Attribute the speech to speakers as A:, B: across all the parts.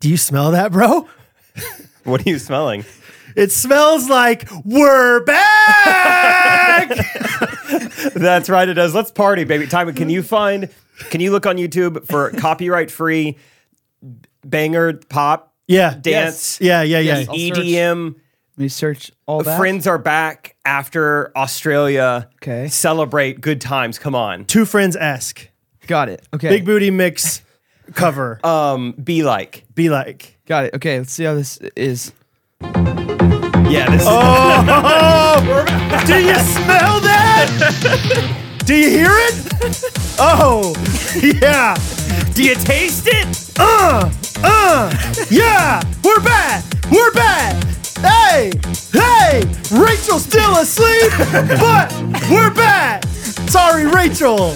A: Do you smell that, bro?
B: What are you smelling?
A: It smells like we're back.
B: That's right, it does. Let's party, baby. Time. Can you find? Can you look on YouTube for copyright free banger pop
A: yeah.
B: dance
A: Yeah, yeah, yeah.
C: Yes. I'll search.
B: EDM?
C: Let me search all that.
B: Friends are back after Australia.
C: Okay.
B: celebrate good times. Come on,
A: Two friends esque.
C: Got it. Okay. Uh,
A: Big booty mix cover.
B: um, be like.
A: Be like.
C: Got it. Okay. Let's see how this is.
B: Yeah, this is
C: Oh.
A: Do you smell that? Do you hear it? Oh, yeah. Do you taste it? Uh, uh, yeah. We're back. We're back. Hey, hey. Rachel's still asleep, but we're back. Sorry, Rachel.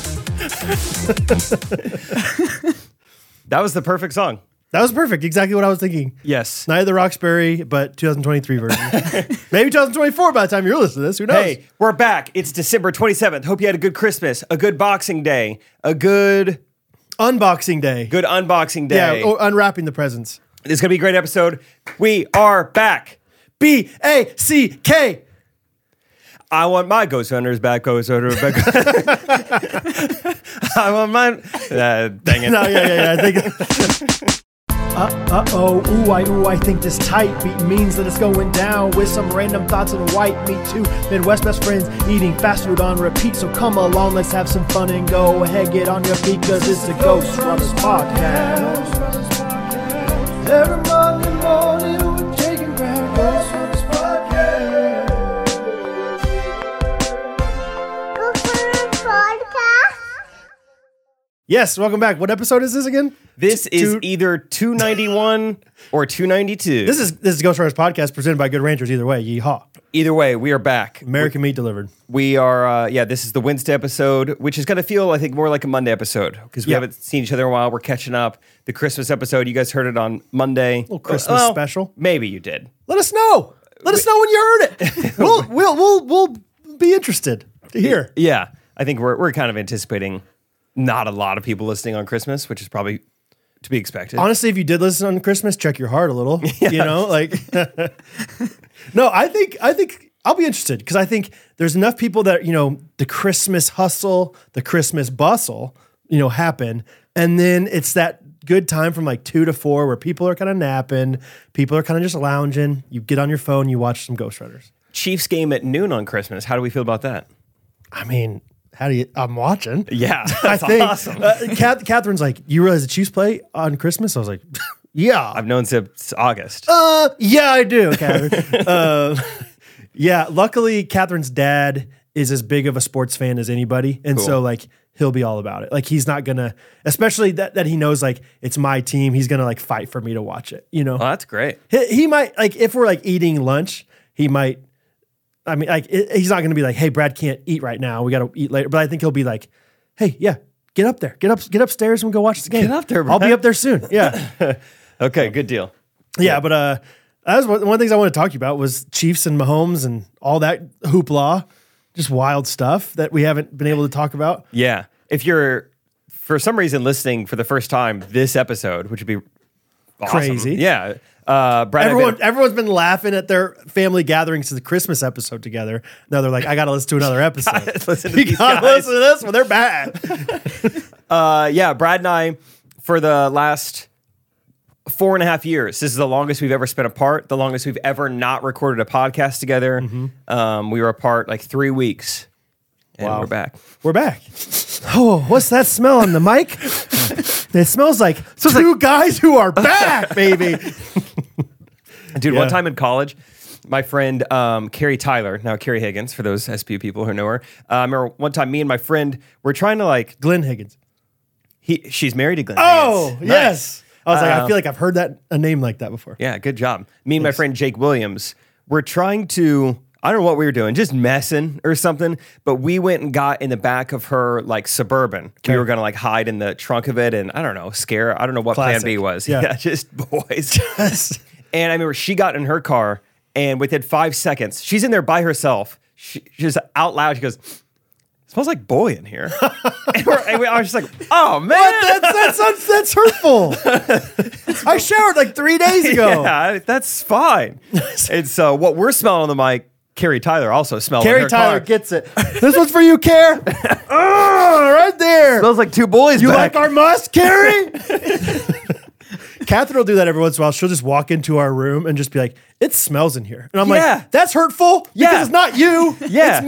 B: that was the perfect song.
A: That was perfect. Exactly what I was thinking.
B: Yes.
A: Neither Roxbury, but 2023 version. Maybe 2024 by the time you're listening to this. Who knows?
B: Hey, we're back. It's December 27th. Hope you had a good Christmas, a good Boxing Day, a good
A: Unboxing day.
B: good unboxing
A: Yeah,
B: day.
A: or unwrapping the presents.
B: It's going to be a great episode. We are back.
A: B A C K.
B: I want my ghost hunters back, ghost hunter back. I want mine. Uh, dang it.
A: No, yeah, yeah, yeah. I think. Uh oh, ooh, I, ooh, I think this tight beat means that it's going down with some random thoughts and white meat too. Midwest best friends eating fast food on repeat, so come along, let's have some fun and go ahead, get on your feet, cause it's the Ghost Brothers Podcast. Every Monday morning, we're taking back Ghost Brothers Podcast. Yes, welcome back. What episode is this again?
B: This is
A: Dude.
B: either 291 or 292.
A: This is this is Ghost Brothers Podcast presented by Good Ranchers. Either way, yeehaw!
B: either way, we are back.
A: American meat delivered.
B: We are, uh, yeah, this is the Wednesday episode, which is going to feel, I think, more like a Monday episode because we
A: Yeah.
B: haven't seen each other in a while. We're catching up. The Christmas episode, you guys heard it on Monday. little
A: Christmas special.
B: Maybe you did.
A: Let us know. Let us know when you heard it. we'll we'll we'll we'll be interested to hear.
B: Yeah. I think we're, we're kind of anticipating not a lot of people listening on Christmas, which is probably to be expected.
A: Honestly, if you did listen on Christmas, check your heart a little. You know, like no, I think I think I'll be interested because I think there's enough people that you know the Christmas hustle, the Christmas bustle, you know, happen, and then it's that good time from like two to four where people are kind of napping, people are kind of just lounging. You get on your phone, you watch some Ghost Runners.
B: Chiefs game at noon on Christmas. How do we feel about that?
A: I mean, how do you? I'm watching.
B: Yeah.
A: I
B: That's
A: think
B: awesome.
A: uh, Kath, Catherine's like, you realize the Chiefs play on Christmas? I was like, yeah,
B: I've known since August.
A: uh, yeah, I do, Catherine. uh, yeah, luckily, Catherine's dad is as big of a sports fan as anybody, and so like he'll be all about it. Like he's not gonna, especially that that he knows like it's my team. He's gonna like fight for me to watch it. You know,
B: oh, that's great.
A: he, he might like if we're like eating lunch, he might. I mean, like it, he's not going to be like, "Hey, Brad can't eat right now. We got to eat later." But I think he'll be like, "Hey, yeah, get up there, get up, get upstairs, and we'll go watch the game.
B: Get up there,
A: I'll be
B: Brad."
A: up there soon." Yeah,
B: Okay, good deal.
A: yeah. But uh, that was one one of the things I wanted to talk to you about was Chiefs and Mahomes and all that hoopla, just wild stuff that we haven't been able to talk about.
B: Yeah. If you're for some reason listening for the first time this episode, which would be awesome.
A: Crazy.
B: Yeah. Uh, Brad, and I
A: Everyone,
B: have been-
A: everyone's been laughing at their family gatherings to the Christmas episode together. Now they're like, "I got to listen to another episode."
B: listen to
A: you
B: these
A: gotta
B: guys.
A: listen to this one. They're bad.
B: uh, yeah, Brad and I for the last four and a half years. This is the longest we've ever spent apart. The longest we've ever not recorded a podcast together.
A: Mm-hmm.
B: Um, we were apart like three weeks, and we're back.
A: We're back. Oh, what's that smell on the mic? it smells like two guys who are back, baby.
B: Dude,
A: Yeah.
B: one time in college, my friend um, Carrie Tyler, now Carrie Higgins, for those SPU people who know her, uh, I remember one time me and my friend were trying to like
A: Glenn Higgins.
B: he she's married to Glenn.
A: Oh,
B: Higgins. Nice. Um,
A: yes. I was like, I feel like I've heard that a name like that before.
B: Yeah, good job. Me and my friend Jake Williams were trying to, I don't know what we were doing, just messing or something, but we went and got in the back of her like suburban. We were going to like hide in the trunk of it and I don't know, scare. I don't know what
A: Classic.
B: plan B was.
A: Yeah.
B: Yeah, just boys. and I remember she got in her car and within five seconds, she's in there by herself. She, she's out loud. She goes, smells like boy in here. and, we're, and we, I was just like, oh man.
A: That's, that's, that's, that's hurtful. I showered like three days ago.
B: Yeah, I- that's fine. and so what we're smelling on the mic, Carrie Tyler also smells.
A: Carrie Tyler gets it. This one's for you, Care. oh, right there.
B: smells like two boys.
A: You
B: back.
A: like our musk, Carrie? Catherine will do that every once in a while. She'll just walk into our room and just be like, it smells in here. And I'm
B: Yeah.
A: like, that's hurtful
B: Yeah.
A: because it's not you.
B: Yeah.
A: It's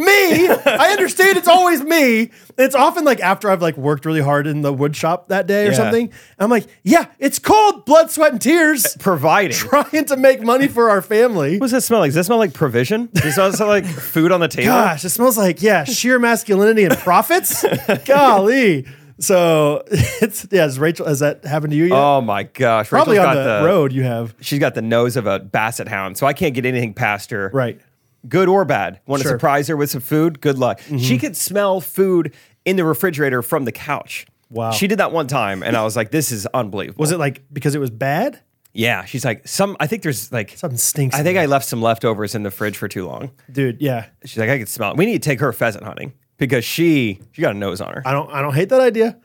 A: me. I understand it's always me. It's often like after I've like worked really hard in the wood shop that day or
B: Yeah.
A: something. I'm like, yeah, it's called blood, sweat, and tears.
B: providing. What
A: Trying to make money for our family.
B: does that smell like? Does that smell like provision? Does it smell smell like food on the table?
A: Gosh, it smells like yeah, sheer masculinity and profits. Golly. So it's yeah, is Rachel has that happened to you yet?
B: Oh my gosh.
A: Probably
B: Rachel's
A: on the, road you have.
B: She's got the nose of a basset hound, so I can't get anything past her.
A: Right.
B: Good or bad. Want to
A: Sure. Mm-hmm.
B: surprise her with some food? Good luck. She could smell food in the refrigerator from the couch.
A: Wow.
B: She did that one time and I was like, this is unbelievable.
A: Was it like because it was bad?
B: Yeah. She's like, some I think there's like
A: Something stinks.
B: I
A: in
B: think
A: there.
B: I left some leftovers in the fridge for too long.
A: dude, yeah.
B: She's like, I could smell it. We need to take her pheasant hunting because she she got a nose on her.
A: I don't I don't hate that idea.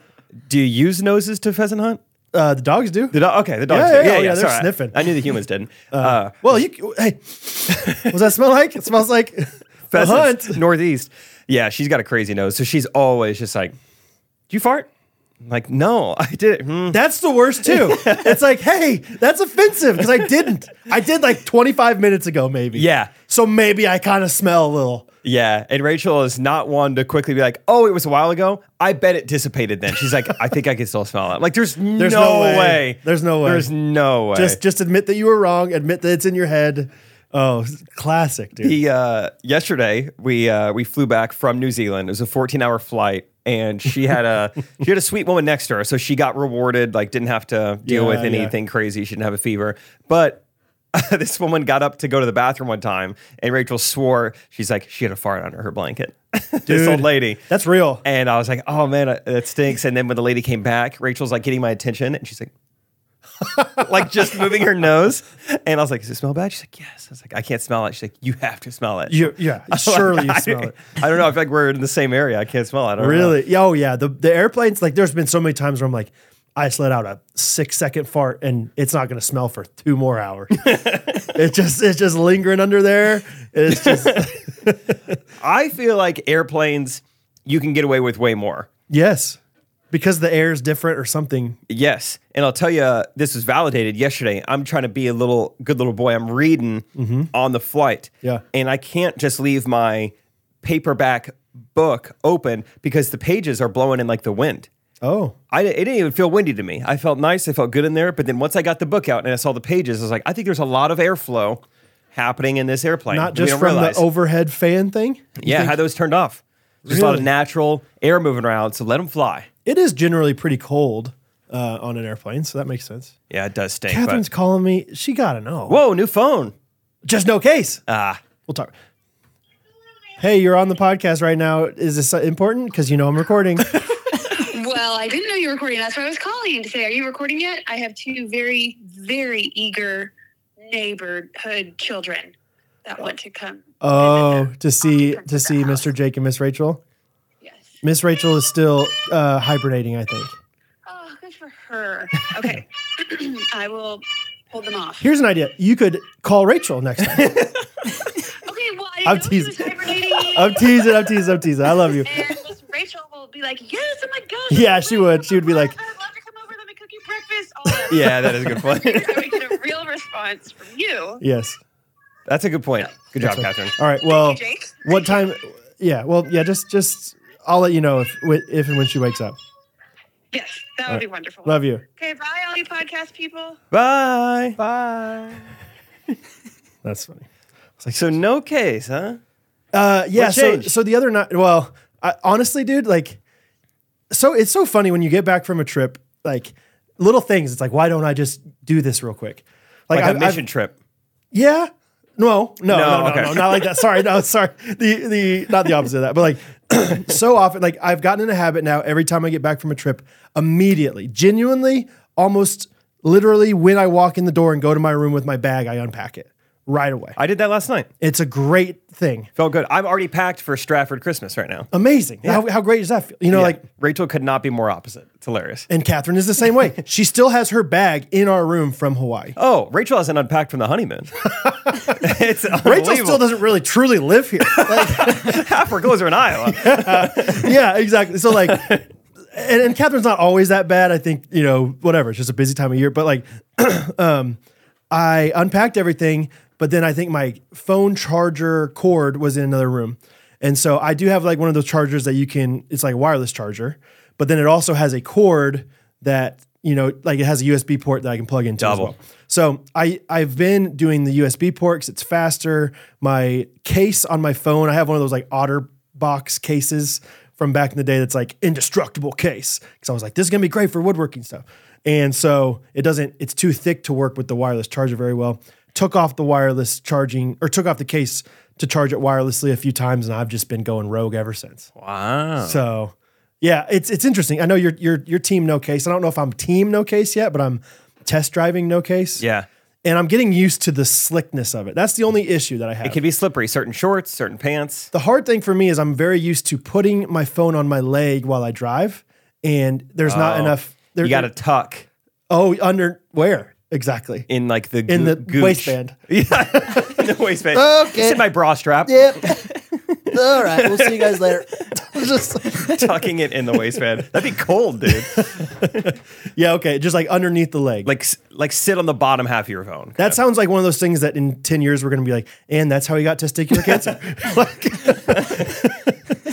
B: Do you use noses to pheasant hunt?
A: Uh, the dogs do.
B: The do- okay, the dogs.
A: Yeah,
B: do.
A: yeah, oh, yeah, they're
B: sorry.
A: sniffing.
B: I knew the humans didn't. Uh,
A: well, you hey. What's that smell like? It smells like a
B: pheasants,
A: hunt.
B: northeast. Yeah, she's got a crazy nose, so she's always just like, "Do you fart?" I'm like, no, I did. Mm.
A: That's the worst too. it's like, hey, that's offensive because I didn't. I did like 25 minutes ago, maybe.
B: Yeah.
A: So maybe I kind of smell a little.
B: Yeah, and Rachel is not one to quickly be like, "Oh, it was a while ago." I bet it dissipated then. She's like, "I think I can still smell it." I'm like, there's, no,
A: no way.
B: way.
A: There's no way.
B: There's no way.
A: Just just admit that you were wrong. Admit that it's in your head. Oh, classic, dude.
B: He uh, yesterday we uh, we flew back from New Zealand. It was a 14 hour flight, and she had a she had a sweet woman next to her, so she got rewarded. Like didn't have to deal
A: Yeah,
B: with
A: yeah.
B: anything crazy. She didn't have a fever, but. this woman got up to go to the bathroom one time, and Rachel swore she's like she had a fart under her blanket. this
A: Dude,
B: old lady,
A: That's real.
B: and I was like, "Oh man, uh, that stinks." And then when the lady came back, Rachel's like getting my attention, and she's like, like just moving her nose, and I was like, "Does it smell bad?" She's like, "Yes." I was like, "I can't smell it." She's like, "You have to smell it."
A: You, yeah,
B: Like,
A: surely you
B: I-
A: smell it.
B: I don't know. I feel like we're in the same area. I can't smell it. I don't know.
A: Really? Yeah, Oh, yeah. The the airplanes. Like, there's been so many times where I'm like, I just let out a six second fart, and it's not going to smell for two more hours. it just it's just lingering under there. It's just
B: I feel like airplanes, you can get away with way more.
A: yes, because the air is different or something.
B: Yes, and I'll tell you, uh, this was validated yesterday. I'm trying to be a little good little boy. I'm reading on the flight.
A: Mm-hmm. Yeah.
B: and I can't just leave my paperback book open because the pages are blowing in like the wind.
A: Oh,
B: I, it didn't even feel windy to me. I felt nice. I felt good in there. But then once I got the book out and I saw the pages, I was like, I think there's a lot of airflow happening in this airplane.
A: not
B: that we
A: just
B: don't
A: from
B: realize.
A: the overhead fan thing.
B: Yeah, had those turned off. There's a lot of
A: Really?
B: natural air moving around, so let them fly.
A: It is generally pretty cold uh, on an airplane, so that makes sense.
B: Yeah, it does stink.
A: Catherine's
B: But,
A: calling me. She gotta know.
B: whoa, new phone.
A: Just no case.
B: Ah,
A: We'll talk. Hey, you're on the podcast right now. Is this important? Because you know I'm recording.
D: Well, I didn't know you were recording. That's why I was calling to say, "Are you recording yet?" I have two very, very eager neighborhood children that want to come.
A: Oh, to see to see Mr. Jake and Miss Rachel.
D: Yes.
A: Miss Rachel is still uh, hibernating, I think.
D: Oh, good for her. Okay, I will hold them off.
A: Here's an idea. You could call Rachel next time.
D: Okay. Well, I
A: I'm
D: didn't know she was
A: teasing.
D: hibernating.
A: I'm teasing. I'm teasing. I'm teasing. I love you.
D: and Miss Rachel will be like, "Yes, oh my gosh."
A: Yeah, she would. She would be like-
D: "I'd love to come over. Let me cook you breakfast." All that.
B: yeah, that is a good point.
D: So we get a real response from you.
A: Yes.
B: That's a good point. Good job, Catherine.
A: All right. Well,
D: Jake.
A: what time? Yeah. Well, yeah. Just just I'll let you know if if and when she wakes up.
D: Yes, that would be wonderful.
A: Love you.
D: Okay, bye, all you podcast people.
B: Bye. Bye.
A: That's funny.
B: It's like, so no case, huh?
A: Uh, yeah.
B: What
A: So,
B: changed?
A: so the other night, well, I, honestly, dude, like, so it's so funny when you get back from a trip, like little things. It's like, why don't I just do this real quick?
B: Like a
A: I've- I've-
B: mission trip.
A: yeah. No, no, no,
B: No,
A: no,
B: okay.
A: no, not like that. Sorry, no, sorry. The the not the opposite of that, but like so often, like I've gotten in a habit now. Every time I get back from a trip, immediately, genuinely, almost literally, when I walk in the door and go to my room with my bag, I unpack it right away.
B: I did that last night.
A: It's a great thing.
B: Felt good. I'm already packed for Stratford Christmas right now.
A: Amazing. How, how great does that feel? You know,
B: Yeah.
A: Oh, like,
B: Rachel could not be more opposite. It's hilarious.
A: and Catherine is the same way. she still has her bag in our room from Hawaii.
B: Oh, Rachel hasn't unpacked from the honeymoon. it's
A: Rachel still doesn't really truly live here. Like,
B: half her clothes are in Iowa.
A: yeah, exactly. So like, and, and Catherine's not always that bad. I think you know whatever. It's just a busy time of year. But like, um, I unpacked everything, but then I think my phone charger cord was in another room, and so I do have like one of those chargers that you can. It's like a wireless charger, but then it also has a cord that you know, like it has a USB port that I can plug into as
B: Double.
A: well. So I I've been doing the USB port because it's faster. My case on my phone, I have one of those like OtterBox cases from back in the day that's like indestructible case because I was like, this is gonna be great for woodworking stuff. And so it doesn't, it's too thick to work with the wireless charger very well. Took off the wireless charging or took off the case to charge it wirelessly a few times, and I've just been going rogue ever since.
B: Wow.
A: So yeah, it's it's interesting. I know your your your team no case. I don't know if I'm team no case yet, but I'm test driving no case.
B: Yeah.
A: And I'm getting used to the slickness of it. That's the only issue that I have.
B: It can be slippery. Certain shorts, certain pants.
A: the hard thing for me is I'm very used to putting my phone on my leg while I drive, and there's not
B: Oh.
A: enough. There,
B: you got to tuck
A: oh under where exactly
B: in like the
A: in
B: goo-
A: the
B: gooch.
A: waistband.
B: Yeah, in the waistband.
C: Okay.
B: It's in my bra strap.
C: Yep. All right. We'll see you guys later. Just
B: Tucking it in the waistband. That'd be cold, dude.
A: Yeah, okay, just like underneath the leg.
B: Like s- like sit on the bottom half of your phone.
A: that sounds like one of those things that in ten years we're going to be like, and that's how he got testicular cancer. Like-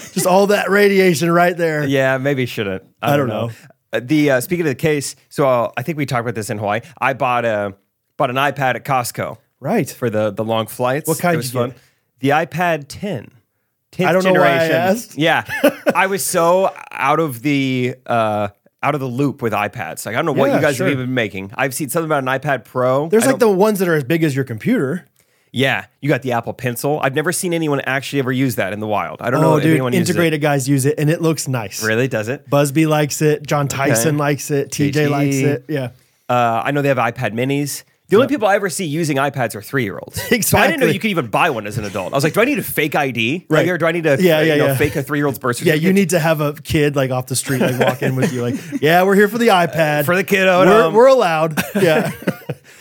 A: just all that radiation right there.
B: Yeah, maybe shouldn't. I,
A: don't know.
B: Uh, The uh, speaking of the case, so uh, I think we talked about this in Hawaii. I bought a bought an iPad at Costco
A: Right.
B: for the the long flights.
A: What kind
B: It was
A: did you get?
B: The iPad 10. 10th
A: I don't know why I
B: generation.
A: asked.
B: Yeah, I was so out of the uh, out of the loop with iPads. Like I don't know what
A: Yeah,
B: you guys
A: sure.
B: have even been making. I've seen something about an iPad Pro.
A: There's
B: I
A: like
B: don't-
A: the ones that are as big as your computer.
B: yeah. You got the Apple Pencil. I've never seen anyone actually ever use that in the wild. I don't know
A: Oh,
B: if
A: dude,
B: anyone uses
A: integrated guys use it, and it looks nice.
B: it. Really does it?
A: Busby likes it. John Tyson likes it. TJ
B: TJ.
A: likes it. Yeah.
B: Uh, I know they have iPad Minis. The only people I ever see using iPads are three year olds. I didn't know
A: Exactly.
B: you could even buy one as an adult. I was like, do I need a fake ID? Like,
A: Right.
B: or do I need to
A: Yeah, yeah,
B: uh, you know,
A: yeah.
B: fake a three year old's birth
A: Yeah,
B: certificate?
A: you need to have a kid like off the street, like walk in with you, like, yeah, we're here for the iPad.
B: For the kiddo,
A: We're,
B: um,
A: we're allowed. Yeah.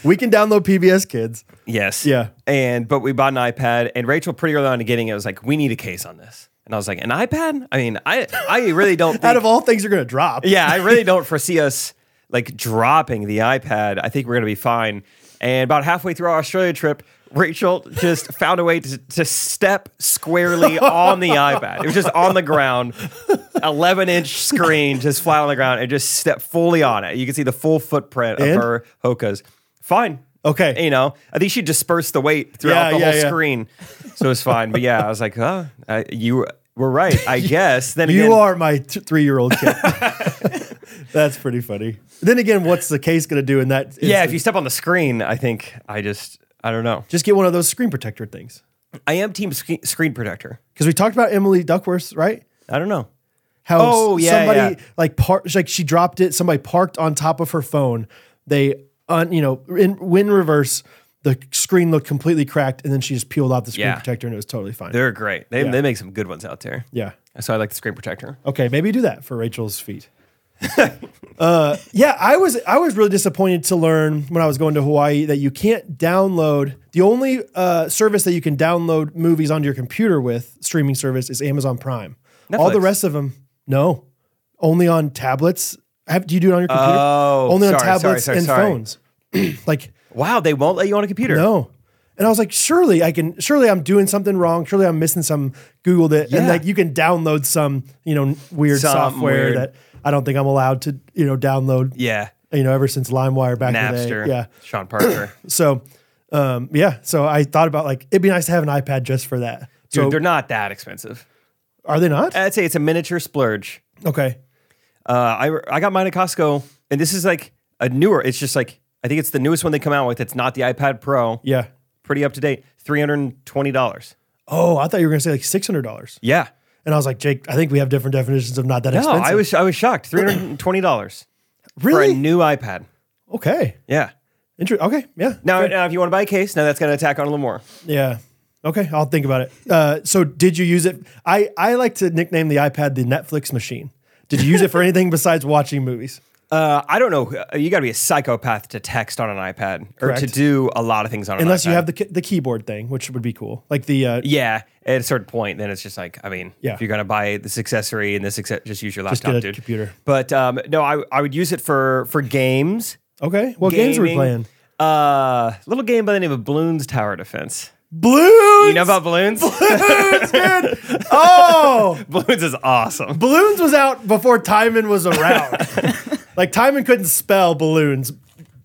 A: we can download PBS Kids.
B: Yes.
A: Yeah.
B: And but we bought an iPad, and Rachel pretty early on in getting it was like, we need a case on this, and I was like, an iPad? I mean, I I really don't. Think,
A: Out of all things you're going to drop.
B: yeah, I really don't foresee us like dropping the iPad. I think we're gonna be fine. And about halfway through our Australia trip, Rachel just found a way to, to step squarely on the iPad. It was just on the ground, eleven inch screen, just flat on the ground, and just stepped fully on it. You can see the full footprint
A: And?
B: of her Hoka's. Fine.
A: Okay.
B: You know, I think she dispersed the weight throughout
A: Yeah,
B: the
A: yeah,
B: whole
A: yeah.
B: screen, so it's fine. But yeah, I was like, oh, I, you were right, I guess. Then
A: You
B: again,
A: are my t- three year old kid. That's pretty funny. Then again, what's the case going to do in that?
B: Yeah, if
A: instance?
B: you step on the screen, I think I just I don't know.
A: just get one of those screen protector things.
B: I am team sc- screen protector.
A: Because we talked about Emily Duckworth, right?
B: I don't know.
A: How s-
B: Oh, yeah,
A: somebody
B: yeah.
A: like par- like she dropped it. Somebody parked on top of her phone. They un- you know in when reverse, the screen looked completely cracked, and then she just peeled off the screen
B: Yeah.
A: protector, and it was totally fine.
B: They're great. They
A: Yeah.
B: they make some good ones out there.
A: yeah.
B: So I like the screen protector.
A: Okay, maybe do that for Rachel's feet. uh, yeah, I was I was really disappointed to learn when I was going to Hawaii that you can't download the only uh, service that you can download movies onto your computer with streaming service is Amazon Prime. All the
B: Netflix.
A: rest of them, no, only on tablets. Have, do you do it on your computer?
B: Oh,
A: only on
B: sorry, sorry,
A: tablets
B: sorry,
A: and
B: sorry.
A: phones. like
B: Wow, they won't let you on a computer.
A: no. And I was like, surely I can, surely I'm doing something wrong. Surely I'm missing some, Googled it. And
B: Yeah.
A: like, you can download some, you know, n- weird
B: Some
A: software
B: weird-
A: that I don't think I'm allowed to, you know, download,
B: Yeah.
A: you know, ever since LimeWire back in the
B: Napster.
A: day. Yeah.
B: Sean Parker.
A: So, um, yeah. So I thought about like, it'd be nice to have an iPad just for that.
B: Dude,
A: so
B: they're Eh. not that expensive.
A: are they not?
B: I'd say it's a miniature splurge.
A: Okay.
B: Uh, I I got mine at Costco, and this is like a newer. It's just like I think it's the newest one they come out with. It's not the iPad Pro.
A: Yeah.
B: Pretty up to date. Three hundred and twenty dollars.
A: Oh, I thought you were going to say like $600.
B: Yeah.
A: And I was like, Jake, I think we have different definitions of not that
B: No,
A: expensive.
B: I was I was shocked. Three hundred and twenty dollars. for
A: really
B: a new iPad.
A: okay.
B: Yeah.
A: Inter- okay. Yeah.
B: Now,
A: Fair.
B: now, if you want to buy a case, now that's going to attack on a little more.
A: Yeah. Okay, I'll think about it. Uh, so, did you use it? I, I like to nickname the iPad the Netflix machine. Did you use it for anything besides watching movies?
B: Uh, I don't know. Uh, You got to be a psychopath to text on an iPad or to
A: Correct.
B: do a lot of things on.
A: Unless
B: an iPad.
A: you have the ki- the keyboard thing, which would be cool. Like the uh,
B: Yeah, at a certain point, then it's just like, I mean,
A: Yeah.
B: if you're going to buy this accessory and this, acce- just use your
A: Just
B: laptop,
A: get a
B: dude.
A: computer.
B: But um, no, I, I would use it for for games.
A: okay, what games are we
B: gaming.
A: playing?
B: Uh, little game by the name of Balloons Tower Defense.
A: Balloons.
B: You know about balloons?
A: oh,
B: balloons is awesome.
A: balloons was out before Timon was around. like Timon couldn't spell balloons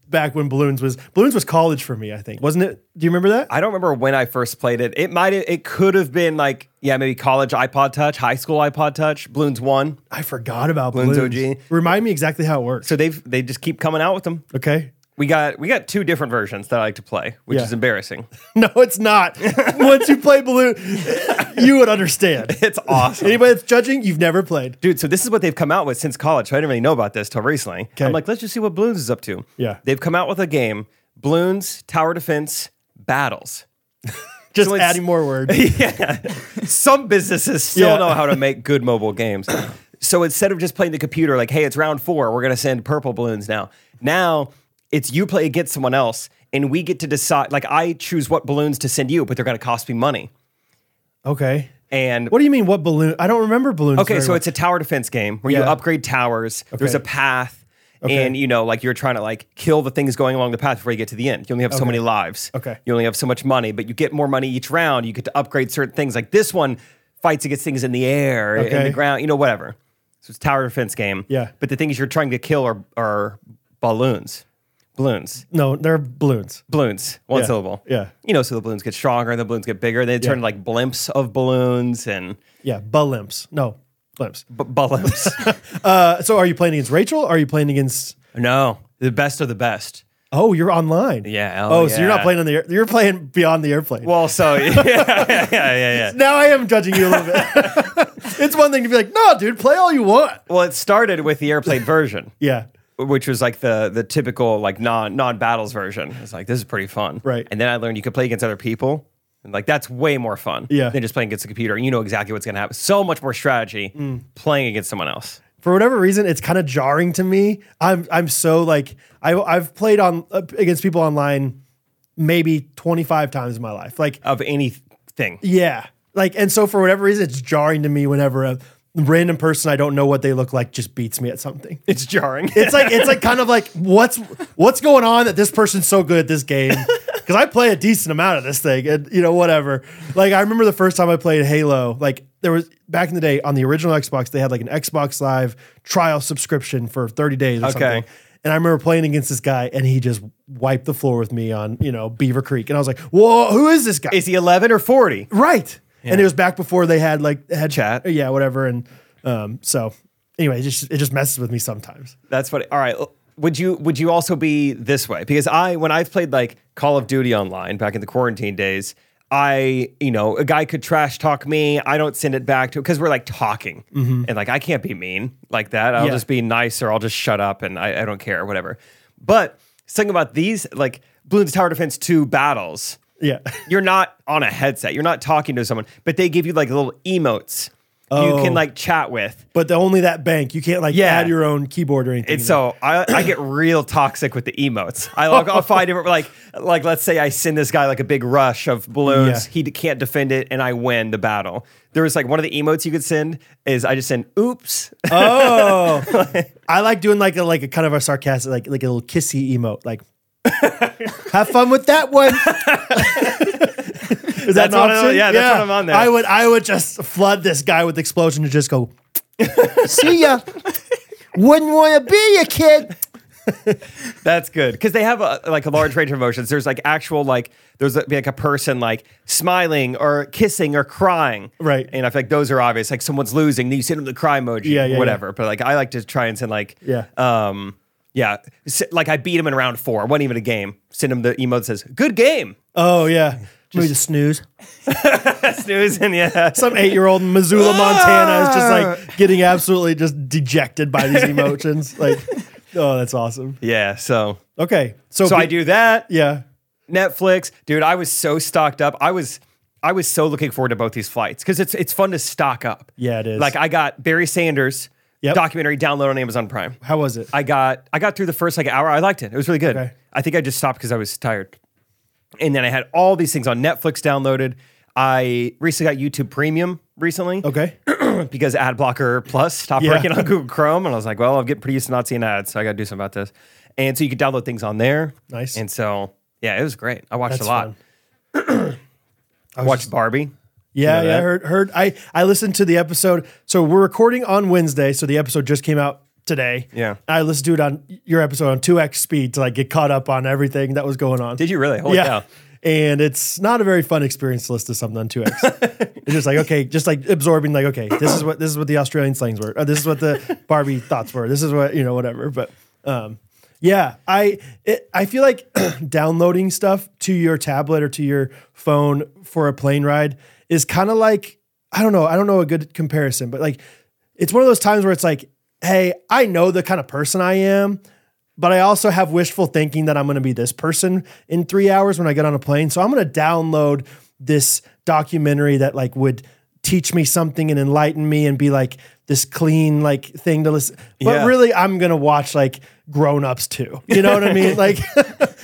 A: back when balloons was balloons was college for me. I think wasn't it? Do you remember that?
B: I don't remember when I first played it. It might it could have been like yeah maybe college iPod Touch, high school iPod Touch, Balloons One.
A: I forgot about
B: Balloons
A: balloons.
B: OG.
A: Remind me exactly how it works.
B: So they've they just keep coming out with them.
A: Okay.
B: We got we got two different versions that I like to play, which
A: Yeah.
B: is embarrassing.
A: No, it's not. Once you play balloon, you would understand.
B: It's awesome.
A: Anybody that's judging, you've never played.
B: dude. So this is what they've come out with since college. So I didn't really know about this till recently.
A: Okay.
B: I'm like, let's just see what Bloons is up to.
A: Yeah.
B: they've come out with a game, Bloons Tower Defense Battles.
A: Just
B: So it's-
A: adding more words.
B: Some businesses still
A: Yeah.
B: know how to make good mobile games. So instead of just playing the computer, like, hey, it's round four, we're gonna send purple balloons now. Now it's you play against someone else, and we get to decide. Like, I choose what balloons to send you, but they're gonna cost me money.
A: Okay.
B: And
A: What do you mean? What balloon? I don't remember balloons.
B: Okay,
A: very
B: so
A: well.
B: it's a tower defense game where you
A: Yeah.
B: upgrade towers. There's
A: Okay.
B: a path,
A: Okay.
B: and you know, like you're trying to like kill the things going along the path before you get to the end. You only have so many lives.
A: Okay.
B: You only have so much money, but you get more money each round. You get to upgrade certain things. Like this one fights against things in the air, in
A: Okay.
B: the ground, you know, whatever. So it's a tower defense game.
A: Yeah.
B: But the things you're trying to kill are are balloons. Balloons.
A: no, they're balloons.
B: Balloons. One
A: Yeah.
B: syllable.
A: Yeah.
B: You know, so the balloons get stronger and the balloons get bigger. They turn like blimps of balloons and
A: Yeah, balimps. No, blimps.
B: b- blimps.
A: Uh, so are you playing against Rachel? Or are you playing against?
B: No, the best of the best.
A: Oh, you're online.
B: Yeah.
A: Oh, so you're not
B: yeah.
A: playing on the air, you're playing beyond the airplane.
B: Well, so yeah, yeah, yeah, yeah.
A: now I am judging you a little bit. it's one thing to be like, no, dude, play all you want.
B: Well, it started with the airplane version,
A: Yeah.
B: which was like the the typical like non non battles version. It's like this is pretty fun,
A: Right.
B: And then I learned you could play against other people. And like that's way more fun
A: Yeah.
B: than just playing against the computer. You know exactly what's going to happen. So much more strategy playing against someone else.
A: for whatever reason, it's kind of jarring to me. I'm I'm so like I I've played on uh, against people online maybe 25 times in my life. Like
B: Of anything,
A: yeah, like and so for whatever reason, it's jarring to me whenever a random person I don't know what they look like just beats me at something.
B: it's jarring.
A: It's like it's like kind of like what's what's going on that this person's so good at this game because I play a decent amount of this thing and you know whatever. Like I remember the first time I played Halo. Like there was back in the day on the original Xbox, they had like an Xbox Live trial subscription for thirty days or
B: Okay.
A: something. And I remember playing against this guy, and he just wiped the floor with me on you know Beaver Creek, and I was like, "Whoa, who is this guy?"
B: is he eleven or forty?
A: Right. And it was back before they had like had
B: Chat.
A: Yeah, whatever. And um, so anyway, it just it just messes with me sometimes.
B: That's funny. All right. Would you would you also be this way? Because I when I've played like Call of Duty online back in the quarantine days, I you know a guy could trash talk me. I don't send it back to because we're like talking and like I can't be mean like that. I'll
A: Yeah.
B: just be nice or I'll just shut up and I, I don't care whatever. But something about these like Bloons Tower Defense two battles,
A: Yeah.
B: you're not on a headset. You're not talking to someone, but they give you like little emotes you can like chat with.
A: But the only that bank, you can't like
B: Yeah.
A: add your own keyboard or anything.
B: And so I, I get real toxic with the emotes. I like, I'll find different like like let's say I send this guy like a big rush of balloons.
A: Yeah.
B: He d- can't defend it, and I win the battle. There was like one of the emotes you could send is I just send oops.
A: Oh, I like doing like a like a kind of a sarcastic like like a little kissy emote. Like, have fun with that one. Is that
B: That's
A: an
B: what I-
A: option?
B: yeah, that's what I'm on there.
A: I would I would just flood this guy with explosion and just go. See ya. Wouldn't want to be a kid.
B: That's good because they have a, like a large range of emotions. There's like actual like there's like, like a person like smiling or kissing or crying.
A: Right.
B: And I feel like those are obvious. Like someone's losing, then you send them the cry emoji.
A: Yeah, yeah,
B: Whatever. But like I like to try and send like
A: Yeah.
B: um yeah s- like I beat him in round four. wasn't even a game. Send him the emote that says good game.
A: Oh yeah, maybe just snooze.
B: Snoozing. Yeah.
A: Some eight-year-old in
B: Ah!
A: Missoula, Montana, is just like getting absolutely just dejected by these emotions. Like, Oh, that's awesome.
B: Yeah. So
A: Okay. So,
B: so, I
A: Oh, be-
B: do that.
A: Yeah.
B: Netflix, dude. I was so stocked up. I was I was so looking forward to both these flights because it's it's fun to stock up.
A: Yeah, it is.
B: Like I got Barry Sanders
A: Yep.
B: documentary download on Amazon Prime.
A: How was it?
B: I got I got through the first like hour. I liked it. It was really good.
A: Okay.
B: I think I just stopped because I was tired. And then I had all these things on Netflix downloaded. I recently got YouTube Premium recently
A: okay.
B: because ad blocker plus stopped
A: Yeah.
B: working on Google Chrome. And I was like, well, I'm getting pretty used to not seeing ads, so I got to do something about this. And so you could download things on there.
A: Nice.
B: And so, yeah, it was great. I watched
A: That's
B: a lot.
A: fun.
B: I watched Barbie.
A: Yeah, yeah,
B: know
A: I
B: that?
A: heard heard I I listened to the episode. So we're recording on Wednesday, so the episode just came out today.
B: Yeah.
A: I listened to it on your episode on 2x speed to like get caught up on everything that was going on.
B: Did you really? Holy
A: yeah.
B: cow.
A: And it's not a very fun experience to listen to something on 2x. it's just like, okay, just like absorbing like, okay, this is what this is what the Australian slangs were. Or this is what the Barbie thoughts were. This is what, you know, whatever. But um yeah, I it, I feel like downloading stuff to your tablet or to your phone for a plane ride is kind of like I don't know, I don't know a good comparison, but like it's one of those times where it's like, hey, I know the kind of person I am but I also have wishful thinking that I'm going to be this person in three hours when I get on a plane. So I'm going to download this documentary that like would teach me something and enlighten me and be like this clean like thing to listen. But
B: Yeah.
A: really, I'm going to watch like grown ups too. You know what I mean? Like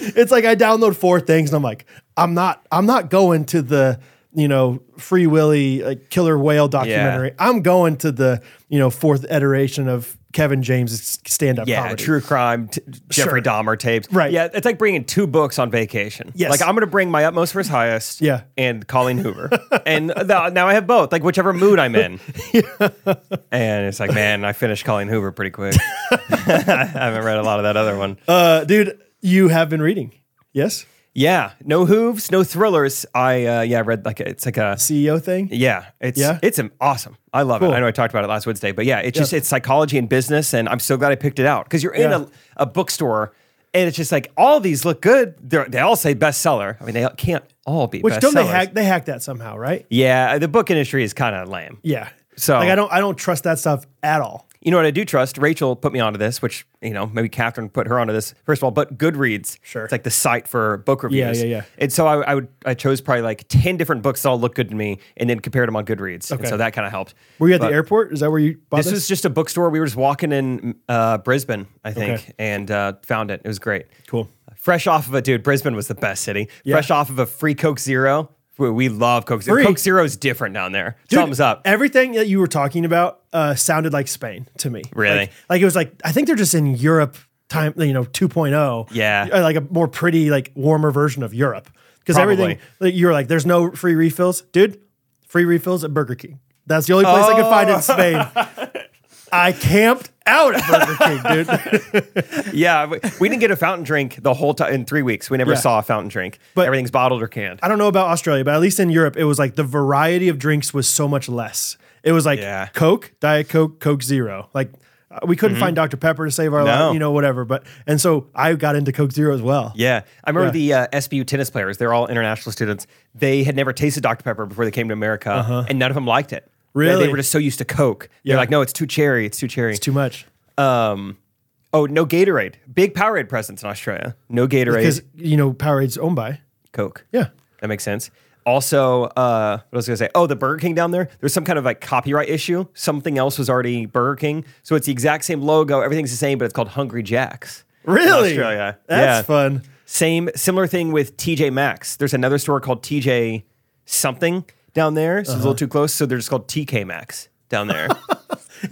A: it's like I download four things and I'm like, I'm not, I'm not going to the you know free willy like killer whale documentary. I'm going to the you know fourth iteration of Kevin James' stand up
B: Yeah,
A: comedy.
B: true crime, t- Jeffrey Dahmer tapes.
A: Right.
B: Yeah, it's like bringing two books on vacation.
A: Yes.
B: Like I'm going to bring my utmost for his highest.
A: Yeah.
B: And Colleen Hoover. and th- now I have both, like whichever mood I'm in. And it's like, man, I finished Colleen Hoover pretty quick. I haven't read a lot of that other one.
A: Uh, dude, you have been reading. Yes.
B: yeah. No hooves, no thrillers. I, uh, yeah, I read like, a, it's like a,
A: CEO E thing.
B: yeah, it's
A: Yeah?
B: it's um, awesome. I love
A: Cool.
B: it. I know I talked about it last Wednesday, but yeah, it's just it's psychology and business, and I'm so glad I picked it out because you're in
A: Yeah.
B: a, a bookstore, and it's just like all these look good. They're, they all say bestseller. I mean, they can't all be
A: Which don't they
B: bestsellers.
A: hack? They hack that somehow, right?
B: Yeah, uh, the book industry is kind of lame.
A: Yeah.
B: So-
A: like, I don't, I don't trust that stuff at all.
B: You know what I do trust? Rachel put me onto this, which you know maybe Catherine put her onto this first of all. But Goodreads,
A: Sure.
B: it's like the site for book reviews.
A: yeah, yeah.
B: And so I, I would I chose probably like ten different books that all look good to me, and then compared them on Goodreads. And
A: Okay.
B: so that kind of helped.
A: Were you at
B: But-
A: the airport? Is that where you bought
B: This
A: this?
B: was just a bookstore. We were just walking in uh, Brisbane, I think,
A: Okay.
B: and uh, found it. It was great.
A: cool.
B: Fresh off of a dude, Brisbane was the best city. Fresh off of a free Coke Zero. We, we love Coke Zero.
A: Free.
B: Coke Zero is different down there.
A: Dude,
B: Thumbs up.
A: Everything that you were talking about uh, sounded like Spain to me.
B: Really?
A: Like, like it was like I think they're just in Europe time, you know, 2.0.
B: Yeah.
A: Uh, Like a more pretty, like warmer version of Europe. Because everything like, you were like, there's no free refills. Dude, free refills at Burger King. That's the only place I could find
B: Oh.
A: in Spain. I camped out at Burger King, dude.
B: Yeah, we, we didn't get a fountain drink the whole time in three weeks. We never
A: Yeah.
B: saw a fountain drink.
A: But-
B: Everything's bottled or canned.
A: I don't know about Australia, but at least in Europe, it was like the variety of drinks was so much less. It was like
B: Yeah. Mm-hmm.
A: Coke, Diet Coke, Coke Zero. Like uh, we couldn't find Dr. Pepper to save our life, you know, whatever. But and so I got into Coke Zero as well.
B: Yeah. I remember the uh, SBU tennis players, they're all international students. They had never tasted Dr. Pepper before they came to America, and none of them liked it. They- They,
A: Uh-huh. Really?
B: were just so used to Coke. They're
A: Yeah.
B: like, no, it's too cherry. It's too cherry.
A: Too much
B: Um, oh, no Gatorade. Big Powerade presence in Australia. No
A: because
B: Gatorade.
A: you know Powerade's owned by
B: Coke.
A: yeah.
B: That makes sense. Also, uh, what was I going to say? Oh, the Burger King down there. There's some kind of like copyright issue. Something else was already Burger King. So it's the exact same logo. Everything's the same, but it's called Hungry Jack's. in
A: Really?
B: Australia.
A: That's
B: yeah.
A: fun.
B: Same, similar thing with TJ Maxx. There's another store called TJ something down there. So it's a
A: Uh-huh.
B: little too close. So they're just called TK Maxx down there.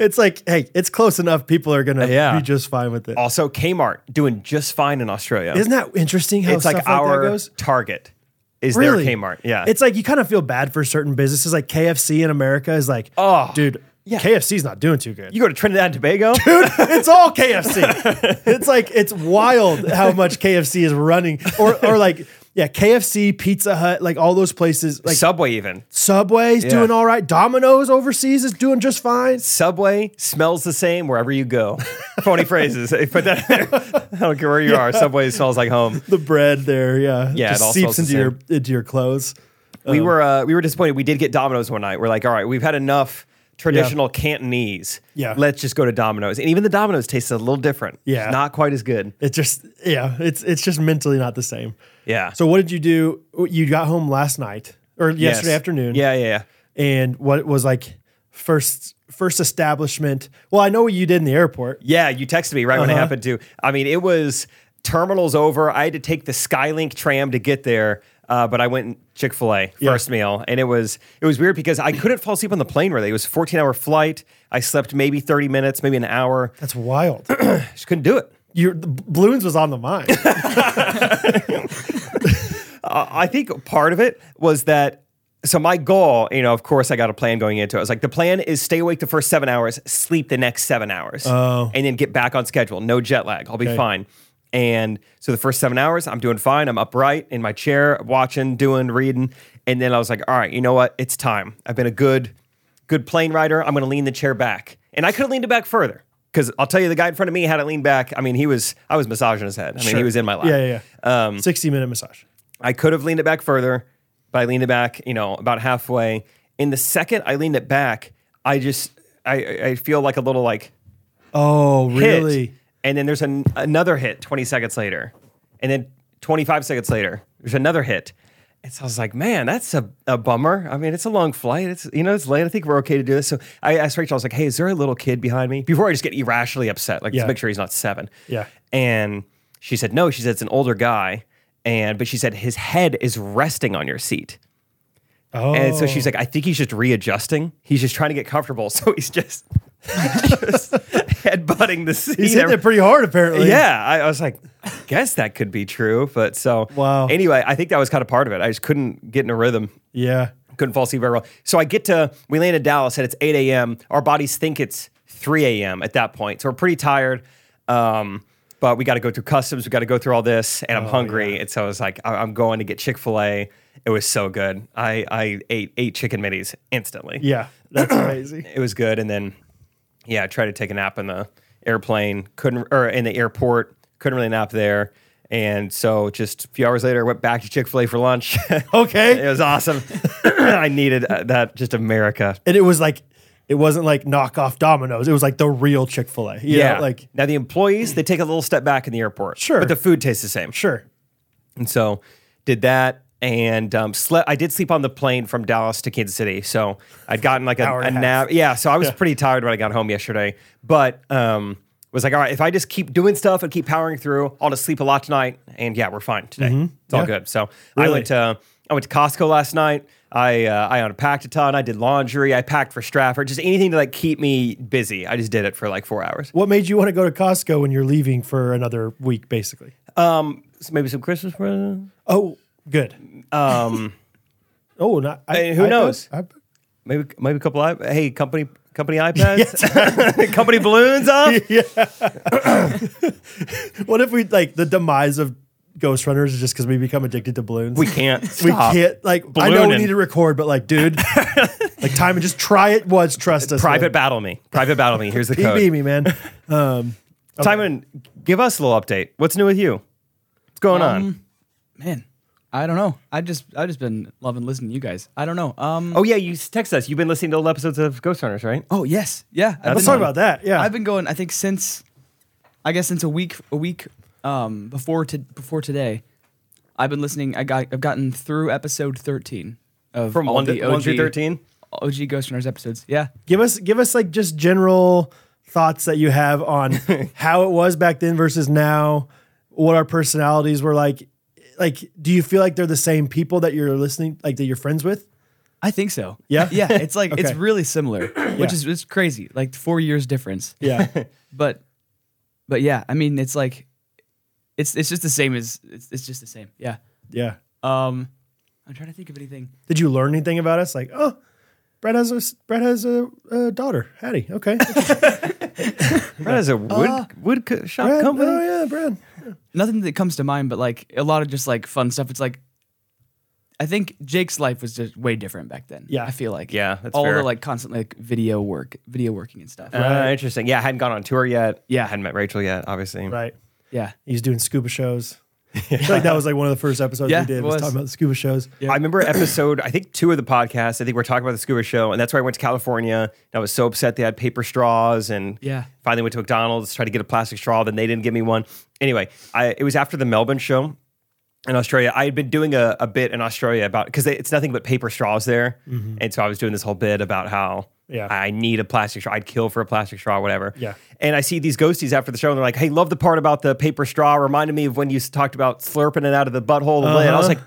A: It's like hey, it's close enough. People are gonna
B: Yeah.
A: be just fine with it.
B: also, Kmart doing just fine in Australia.
A: Isn't that interesting? How
B: it's like
A: stuff like
B: our
A: that goes?
B: Target is
A: really
B: their Kmart. Yeah,
A: it's like you kind of feel bad for certain businesses. Like KFC in America is like, oh, dude, KFC's not doing too good.
B: you go to Trinidad and Tobago.
A: Dude, it's all KFC. it's like it's wild how much KFC is running, or or like yeah, KFC, Pizza Hut, like all those places, like
B: Subway even
A: Subway's
B: Yeah.
A: doing all right. Domino's overseas is doing just fine.
B: Subway smells the same wherever you go. Phony phrases. They Put that. in there. I don't care where you are. Subway smells like home.
A: The bread there, yeah,
B: Yeah, it
A: just
B: all
A: seeps
B: smells
A: into
B: the
A: your into your clothes.
B: Oh. we were uh, we were disappointed. We did get Domino's one night. We're like, all right, we've had enough traditional Cantonese.
A: Yeah.
B: Let's just go to Domino's. And even the Domino's tastes a little different.
A: Yeah.
B: It's not quite as good.
A: It just yeah, it's it's just mentally not the same.
B: Yeah.
A: So what did you do? You got home last night or
B: Yes.
A: yesterday afternoon.
B: Yeah, yeah, yeah.
A: And what was like first first establishment? Well, I know what you did in the airport.
B: Yeah, you texted me right when it
A: Uh-huh.
B: happened to. I mean, it was terminals over. I had to take the Skylink tram to get there, uh, but I went Chick Fil A
A: Yeah.
B: first meal, and it was it was weird because I couldn't fall asleep on the plane. Really, it was a fourteen hour flight. I slept maybe thirty minutes, maybe an hour.
A: That's wild.
B: Just couldn't do it.
A: Your the balloons was on the mind.
B: I think part of it was that. So my goal, you know, of course, I got a plan going into it. I was like, the plan is stay awake the first seven hours, sleep the next seven hours,
A: Oh.
B: and then get back on schedule. No jet lag. I'll be
A: Okay.
B: fine. And so the first seven hours, I'm doing fine. I'm upright in my chair, watching, doing, reading. And then I was like, all right, you know what? It's time. I've been a good, good plane rider. I'm going to lean the chair back, and I could have leaned it back further because I'll tell you, the guy in front of me had it lean back. I mean, he was, I was massaging his head. I mean, he was in my lap.
A: Yeah, yeah. yeah.
B: Um,
A: Sixty minute massage.
B: I could have leaned it back further, but I leaned it back, you know, about halfway. In the second I leaned it back, I just I I feel like a little like
A: Oh,
B: hit,
A: really?
B: and then there's an, another hit 20 seconds later, and then 25 seconds later there's another hit. And so I was like, man, that's a, a bummer. I mean, it's a long flight. It's you know, it's late. I think we're okay to do this. So I asked Rachel, I was like, hey, is there a little kid behind me? Before I just get irrationally upset, like
A: Yeah.
B: just make sure he's not seven.
A: Yeah.
B: And she said, no, she said it's an older guy. And but she said his head is resting on your seat.
A: Oh,
B: And so she's like, I think he's just readjusting. He's just trying to get comfortable. So he's just, just headbutting the seat.
A: he's hitting it pretty hard apparently.
B: yeah. I, I was like, I guess that could be true. But so
A: Wow.
B: anyway, I think that was kind of part of it. I just couldn't get in a rhythm.
A: yeah.
B: Couldn't fall asleep very well. So I get to we land in Dallas and it's 8 a.m. Our bodies think it's 3 a.m. at that point. So we're pretty tired. Um, but we got to go through customs. We got to go through all this, and I'm hungry. And so I was like, I- I'm going to get Chick Fil A. It was so good. I I ate eight chicken middies instantly.
A: Yeah, that's crazy.
B: It was good. And then, yeah, I tried to take a nap in the airplane, couldn't, or in the airport, couldn't really nap there. And so just a few hours later, I went back to Chick fil A for lunch.
A: Okay.
B: it was awesome. I needed uh, that, just America.
A: And it was like, it wasn't like knockoff Domino's. It was like the real Chick Fil A.
B: Yeah.
A: like
B: now, the employees, they take a little step back in the airport.
A: Sure.
B: But the food tastes the same.
A: sure.
B: And so did that and um, slept. I did sleep on the plane from Dallas to Kansas City. So I'd gotten like a,
A: Hour
B: a
A: and a half.
B: nap. Yeah. So I was pretty tired when I got home yesterday, but um, was like, all right, if I just keep doing stuff and keep powering through, I'll just sleep a lot tonight. And yeah, we're fine today. It's all
A: Yeah.
B: good. So I
A: Really?
B: went to I went to Costco last night. I uh, I unpacked a ton. I did laundry. I packed for Stratford. Just anything to like keep me busy. I just did it for like four hours.
A: What made you want to go to Costco when you're leaving for another week, basically?
B: So Um, maybe some Christmas presents.
A: Oh, good. Um, oh, not, I,
B: Hey, who
A: iPad?
B: knows?
A: iPad?
B: maybe maybe a couple of i- hey company company iPads, company balloons up.
A: What if we like the demise of Ghost Runners is just because we become addicted to balloons?
B: We can't.
A: We
B: stop.
A: can't like. I know we
B: Ballooning.
A: need to record, but like, dude, like time and just try it once. Trust us.
B: Private battle me. Private battle me. Here's the
A: man.
B: code.
A: PB me, man. Um,
B: Timon, give us a little update. What's new with you? What's going on?
E: Man, I don't know. I just I just been loving listening to you guys. I don't know. Um. Oh,
B: Oh yeah, you text us. You've been listening to old episodes of Ghost Hunters, right?
E: yes, yeah. I've
A: Oh, Let's
E: been-
A: talk about that. Yeah,
E: I've been going. I think since, I guess since a week a week um before to before today, I've been listening. I got I've gotten through episode thirteen of
B: From
E: all
B: one
E: the
B: to, one through
E: OG
B: thirteen.
E: OG Ghost Runners episodes. Yeah.
A: give us give us like just general thoughts that you have on how it was back then versus now what our personalities were like like do you feel like they're the same people that you're listening like that you're friends with
E: I think so.
A: Yeah?
E: Yeah. It's like it's
A: Okay.
E: really similar, which is it's crazy. Like four years difference.
A: yeah
E: But but yeah, I mean it's like it's it's just the same as it's, it's just the same. Yeah.
A: yeah
E: Um I'm trying to think of anything.
A: did you learn anything about us like oh brett has a s- brett has a, a daughter hattie okay brett,
B: That is a wood wood co- shop company.
A: oh yeah brett
E: Nothing that comes to mind, but like a lot of just like fun stuff. It's like I think Jake's life was just way different back then.
A: Yeah.
E: I feel like.
B: Yeah, that's
E: All
B: fair.
E: the like constant like video work, video working and stuff.
B: Uh, interesting. Yeah, I hadn't gone on tour yet.
E: Yeah.
B: hadn't met Rachel yet. Obviously.
A: right
E: yeah.
A: he's doing scuba shows I feel like that was like one of the first episodes
E: Yeah,
A: we did
E: it
A: was.
E: was.
A: talking about the scuba shows.
E: Yeah.
B: I remember episode, I think two of the podcast. I think we're talking about the scuba show, and that's where I went to California. And I was so upset they had paper straws, and
E: Yeah.
B: finally went to McDonald's tried to get a plastic straw, then they didn't give me one. Anyway, I it was after the Melbourne show in Australia. I had been doing a, a bit in Australia about because it's nothing but paper straws there, and so I was doing this whole bit about how
A: Mm-hmm. Yeah.
B: I need a plastic straw. I'd kill for a plastic straw, whatever.
A: Yeah.
B: And I see these ghosties after the show, and they're like, "Hey, love the part about the paper straw. Reminded me of when you s- talked about slurping it out of the butthole." of the lid." I was
A: Uh-huh.
B: like,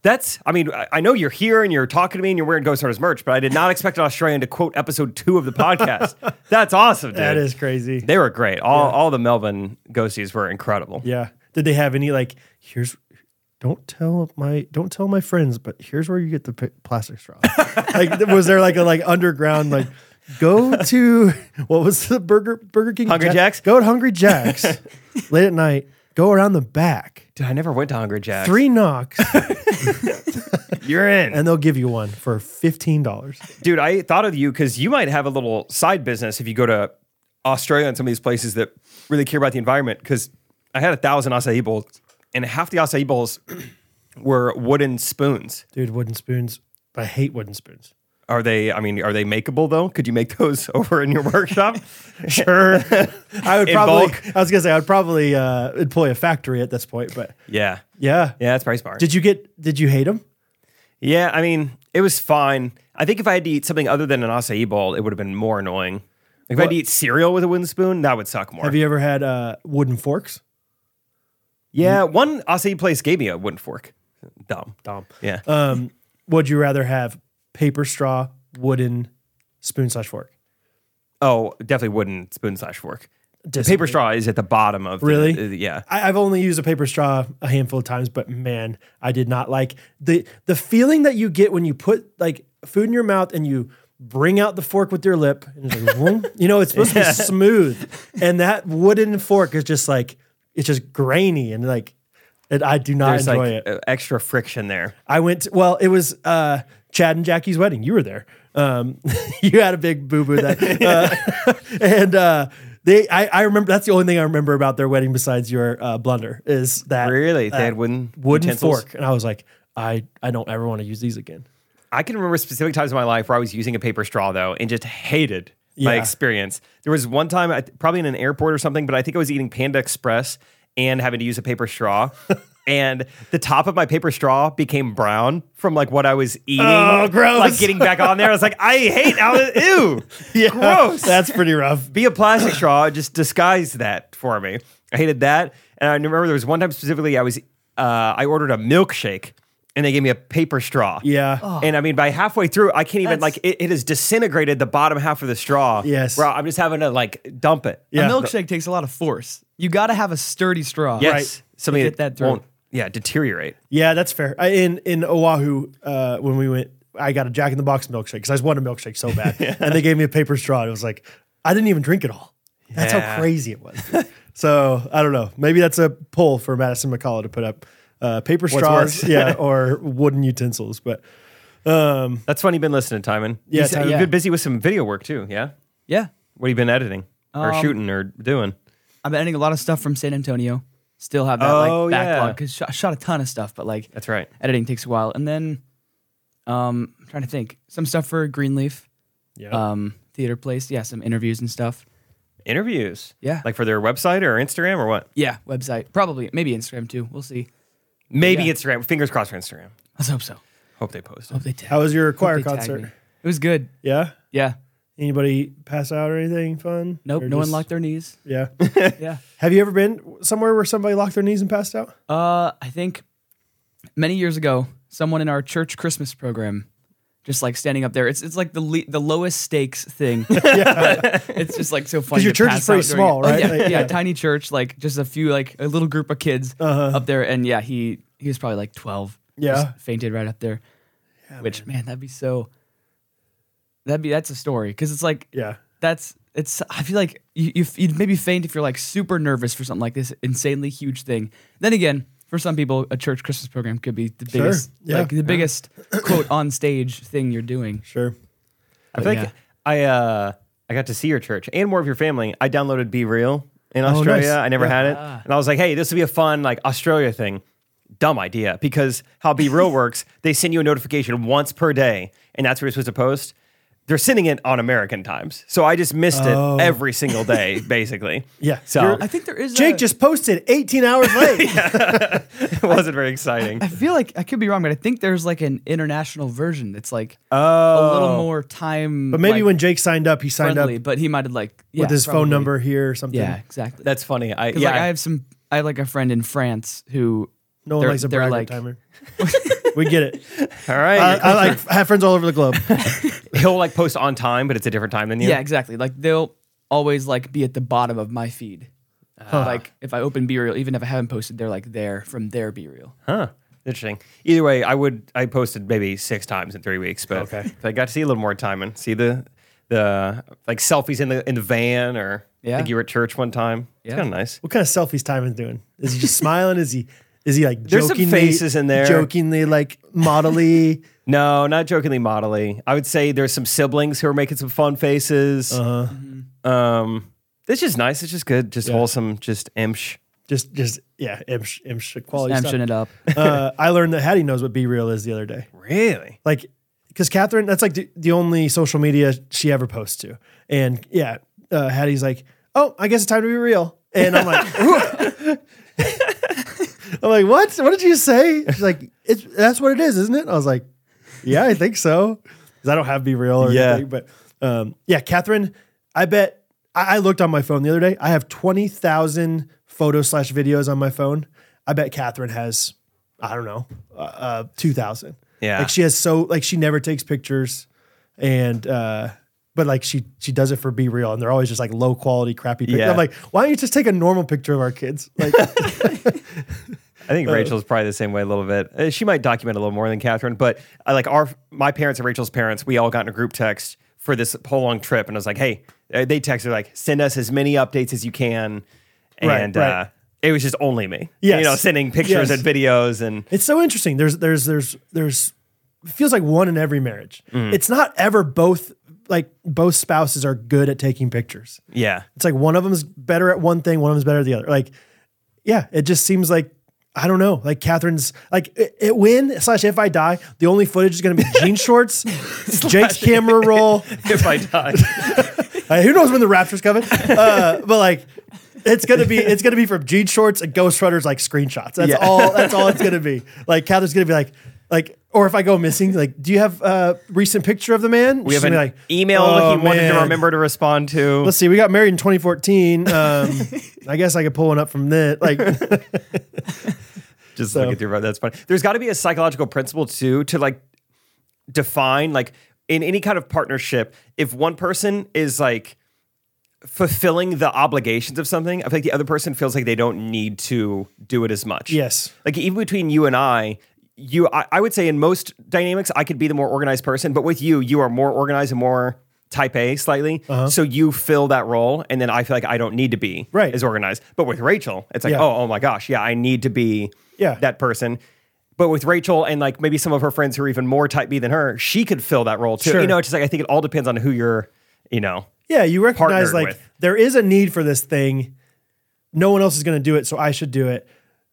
B: "That's. I mean, I, I know you're here and you're talking to me and you're wearing Ghost Hunters merch, but I did not expect an Australian to quote episode two of the podcast. That's awesome, dude.
A: That is crazy.
B: They were great. All all the Melbourne ghosties were incredible.
A: yeah. Did they have any like here's don't tell my don't tell my friends, but here's where you get the pi- plastic straw. like was there like a like underground like go to what was the Burger Burger King
B: Hungry
A: Jack-
B: Jack's?
A: Go to Hungry Jack's late at night. Go around the back.
B: Dude, I never went to Hungry Jack's.
A: Three knocks,
B: You're in.
A: and they'll give you one for fifteen dollars.
B: Dude, I thought of you because you might have a little side business if you go to Australia and some of these places that really care about the environment. Because I had a thousand acai bowls, and half the acai bowls were wooden spoons.
A: Dude, wooden spoons. I hate wooden spoons.
B: Are they? I mean, are they makeable though? Could you make those over in your workshop?
A: Sure. I would
B: In
A: probably.
B: bulk?
A: I was gonna say I would probably uh, employ a factory at this point, but
B: yeah,
A: yeah.
B: yeah, that's probably smart.
A: Did you get? Did you hate them?
B: yeah, I mean, it was fine. I think if I had to eat something other than an acai bowl, it would have been more annoying. Like if I had to eat cereal with a wooden spoon, that would suck more.
A: Have you ever had uh, wooden forks?
B: yeah, one acai place gave me a wooden fork. Dumb. Uh,
A: Dom.
B: Yeah.
A: Um, would you rather have paper straw, wooden spoon slash fork?
B: Oh, definitely wooden spoon slash fork. The
A: Disagree.
B: paper straw is at the bottom of the-
A: Really?
B: uh, yeah.
A: I, I've only used a paper straw a handful of times, but man, I did not like the the feeling that you get when you put like food in your mouth and you bring out the fork with your lip. And it's like, vroom. you know, it's supposed to be smooth, and that wooden fork is just like it's just grainy and like. And I do not
B: There's
A: enjoy it.
B: like uh, extra friction there.
A: I went. well, it was uh, Chad and Jackie's wedding. You were there. Um, you had a big boo boo that, uh, and uh, they. I, I remember. That's the only thing I remember about their wedding besides your uh, blunder is that
B: Really? They
A: that
B: had Uh, wooden
A: wooden
B: utensils?
A: fork, and I was like, I I don't ever want to use these again.
B: I can remember specific times in my life where I was using a paper straw though and just hated my
A: Yeah.
B: experience. There was one time, I, probably in an airport or something, but I think I was eating Panda Express and having to use a paper straw. And the top of my paper straw became brown from like what I was eating.
A: Oh, gross.
B: Like getting back on there, I was like, I hate how. Ew, gross.
A: That's pretty rough.
B: be a plastic straw, just disguise that for me. I hated that. And I remember there was one time specifically I was uh, I ordered a milkshake and they gave me a paper straw.
A: Yeah. Oh.
B: And I mean by halfway through, I can't even
E: That's-
B: like it, it has disintegrated the bottom half of the straw.
A: Yes.
B: Bro, I'm just having to like dump it.
A: Yeah.
E: A milkshake takes a lot of force. You got to have a sturdy straw.
B: Yes.
A: Right.
B: Something
E: To
B: that,
E: get that through.
B: won't yeah, deteriorate.
A: Yeah, that's fair. I, in in Oahu, uh, when we went, I got a Jack in the Box milkshake because I just wanted a milkshake so bad, and they gave me a paper straw. It was like I didn't even drink it all. That's
B: Yeah.
A: how crazy it was. so I don't know. Maybe that's a poll for Madison McCullough to put up uh, paper straws,
B: worse?
A: yeah, or wooden utensils. But
B: That's funny you've been listening, Timon.
A: Yeah,
B: You said-
A: Timon.
B: You've
E: Yeah.
B: been busy with some video work too, yeah?
E: Yeah.
B: What have you been editing? Or
E: Um,
B: shooting or doing?
E: I've been editing a lot of stuff from San Antonio. Still have that
B: Oh,
E: like
B: yeah.
E: backlog because I shot a ton of stuff, but like
B: That's right.
E: editing takes a while. And then um, I'm trying to think some stuff for Greenleaf,
A: yeah,
E: um, theater place. Yeah, some interviews and stuff.
B: Interviews.
E: Yeah.
B: Like for their website or Instagram or what?
E: Yeah, website probably maybe Instagram too. We'll see.
B: Maybe
E: Yeah.
B: Instagram. Fingers crossed for Instagram.
E: Let's hope so.
B: Hope they post it.
E: Hope they tag.
A: how was your
E: hope
A: choir
E: they tag me.
A: concert?
E: It was good.
A: Yeah.
E: Yeah.
A: Anybody pass out or anything fun?
E: Nope.
A: Or
E: no one
A: just-
E: locked their knees.
A: Yeah.
E: Yeah.
A: Have you ever been somewhere where somebody locked their knees and passed out?
E: Uh, I think many years ago, someone in our church Christmas program, just like standing up there, it's it's like the le- the lowest stakes thing. it's just like so funny.
A: your
E: to
A: church is
E: pass
A: pretty
E: out during
A: small,
E: it. Oh,
A: right?
E: yeah,
A: Like,
E: yeah,
A: yeah.
E: tiny church, like just a few, like a little group of kids up there, and yeah, he he was probably like twelve.
A: Uh-huh. Yeah.
E: just fainted right up there. which man. that'd be so. That'd be that's a story because it's like
A: Yeah.
E: that's it's i feel like you, you you'd maybe faint if you're like super nervous for something like this insanely huge thing then again for some people a church christmas program could be the
A: Sure,
E: biggest
A: yeah.
E: like the biggest quote on stage thing you're doing
A: Sure.
B: I feel like
E: yeah.
B: I uh I got to see your church and more of your family. I downloaded Be Real in Australia.
A: nice.
B: I never
A: Yeah.
B: had it. And I was like, hey, this would be a fun like Australia thing. dumb idea because how Be Real works, they send you a notification once per day, and that's what you're supposed to post. They're sending it on American times, so I just missed
A: Oh.
B: it every single day, basically.
A: Yeah,
B: so
A: you're-
E: I think there is.
A: Jake
E: a-
A: just posted 18 hours late.
B: it wasn't very exciting.
E: I feel like I could be wrong, but I think there's like an international version that's like a little more time.
A: Oh. But maybe when Jake signed up, he signed
E: friendly,
A: up
E: but he might have like yeah,
A: with his phone
E: probably.
A: number here or something.
E: Yeah, exactly.
B: That's funny. I
E: Because
B: yeah,
E: like I have some, I have like a friend in France who
A: No one
E: they're-
A: likes a
E: they're,
A: bragger
E: like-
A: timer. we get it.
B: all right.
A: I, I like I have friends all over the globe.
B: He'll like post on time, but it's a different time than you.
E: Yeah, exactly. Like they'll always like be at the bottom of my feed. Like if I open B reel, even if I haven't posted, they're like there from their B reel.
B: Huh. Interesting. Either way, I would I posted maybe six times in three weeks, but
A: Okay.
B: if I got to see a little more time and see the the like selfies in the in the van or
E: Yeah.
B: I think you were at church one time. It's
E: Yeah.
B: kind of nice.
A: What kind of selfies Timon's doing? Is he just smiling? Is he is he like
B: There's some
A: jokingly,
B: faces in there.
A: jokingly like modelly?
B: No, not jokingly modelly. I would say there's some siblings who are making some fun faces. Uh-huh. Um it's just nice. It's just good. Just wholesome. Just imsh.
A: just just yeah, imsh imsh quality
E: Amption it up.
A: stuff. uh, I learned that Hattie knows what B real is the other day.
B: Really?
A: Like because Catherine, that's like the, the only social media she ever posts to, and yeah, uh, Hattie's like, oh, I guess it's time to be real, and I'm like. I'm like, what? What did you say? She's like, it's that's what it is, isn't it? I was like, yeah, I think so. 'Cause I don't have Be Real or
B: Yeah.
A: anything. But um, yeah, Catherine, I bet I, I looked on my phone the other day. I have 20,000 photos slash videos on my phone. I bet Catherine has, I don't know, uh, uh, 2,000.
B: Yeah.
A: Like she has so, like she never takes pictures and, uh, but like she she does it for be real, and they're always just like low quality, crappy pictures.
B: Yeah.
A: I'm like, why don't you just take a normal picture of our kids? Like,
B: I
A: Uh,
B: think Rachel's probably the same way a little bit. Uh, She might document a little more than Catherine, but uh, like our my parents and Rachel's parents, we all got in a group text for this whole long trip, and I was like, "Hey," uh, they texted like, "Send us as many updates as you can,"
A: Right,
B: and
A: right.
B: Uh, it was just only me,
A: Yes.
B: you know, sending
A: Yes.
B: pictures and videos, and
A: It's so interesting. There's there's there's there's it feels like one in every marriage. It's not ever both like both spouses are good at taking pictures.
B: yeah,
A: It's like one of them's better at one thing, one of them's better at the other. Like, yeah, it just seems like I don't know. Like Catherine's like it, it win slash if I die, the only footage is gonna be jean shorts, Jake's camera roll.
B: if I die,
A: Uh, who knows when the rapture's coming? Uh, but like, it's gonna be it's gonna be from jean shorts and Ghost Runner's like screenshots. That's all. That's all it's gonna be. Like Catherine's gonna be like like. Or if I go missing, like, do you have a recent picture of the man?
B: we have an
A: like,
B: email
A: "Oh,
B: he wanted to
A: man.
B: remember to respond to.
A: Let's see, we got married in 2014. Um, I guess I could pull one up from that. Like,
B: just look at your That's funny. There's got to be a psychological principle too to like define like in any kind of partnership. If one person is like fulfilling the obligations of something, I feel like the other person feels like they don't need to do it as much.
A: Yes.
B: Like even between you and I. You, I, I would say in most dynamics, I could be the more organized person, but with you, you are more organized and more type A slightly.
A: Uh-huh.
B: So you fill that role, and then I feel like I don't need to be
A: Right.
B: as organized. But with Rachel, it's like,
A: Yeah.
B: oh, oh my gosh, yeah, I need to be
A: Yeah.
B: that person. But with Rachel and like maybe some of her friends who are even more type B than her, she could fill that role too.
A: Sure.
B: You know, it's just like I think it all depends on who you're, you know.
A: yeah, you recognize
B: Partnered
A: like
B: with.
A: there is a need for this thing. No one else is going to do it, so I should do it.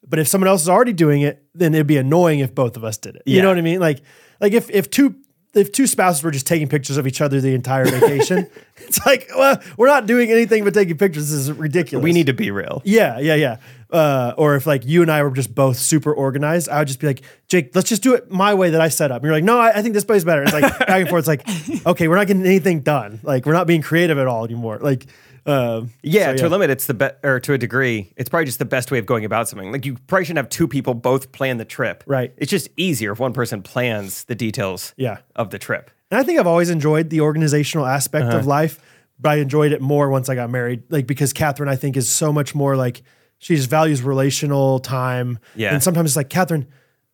A: But if someone else is already doing it, then it'd be annoying if both of us did it. You
B: Yeah.
A: know what I mean? Like, like if if two if two spouses were just taking pictures of each other the entire vacation, it's like, well, we're not doing anything but taking pictures. This is ridiculous.
B: We need to be real.
A: Yeah, yeah, yeah. Uh, or if like you and I were just both super organized, I would just be like, Jake, let's just do it my way that I set up. And you're like, no, I, I think this play's better. It's like back and forth. It's like, okay, we're not getting anything done. Like we're not being creative at all anymore. Like, um,
B: Yeah,
A: so,
B: to a limit, it's the best, or to a degree, it's probably just the best way of going about something. Like you probably shouldn't have two people both plan the trip.
A: Right.
B: It's just easier if one person plans the details
A: Yeah.
B: of the trip.
A: And I think I've always enjoyed the organizational aspect of
B: Uh-huh.
A: life, but I enjoyed it more once I got married. Like because Catherine, I think, is so much more like she just values relational time.
B: Yeah.
A: And sometimes it's like Catherine,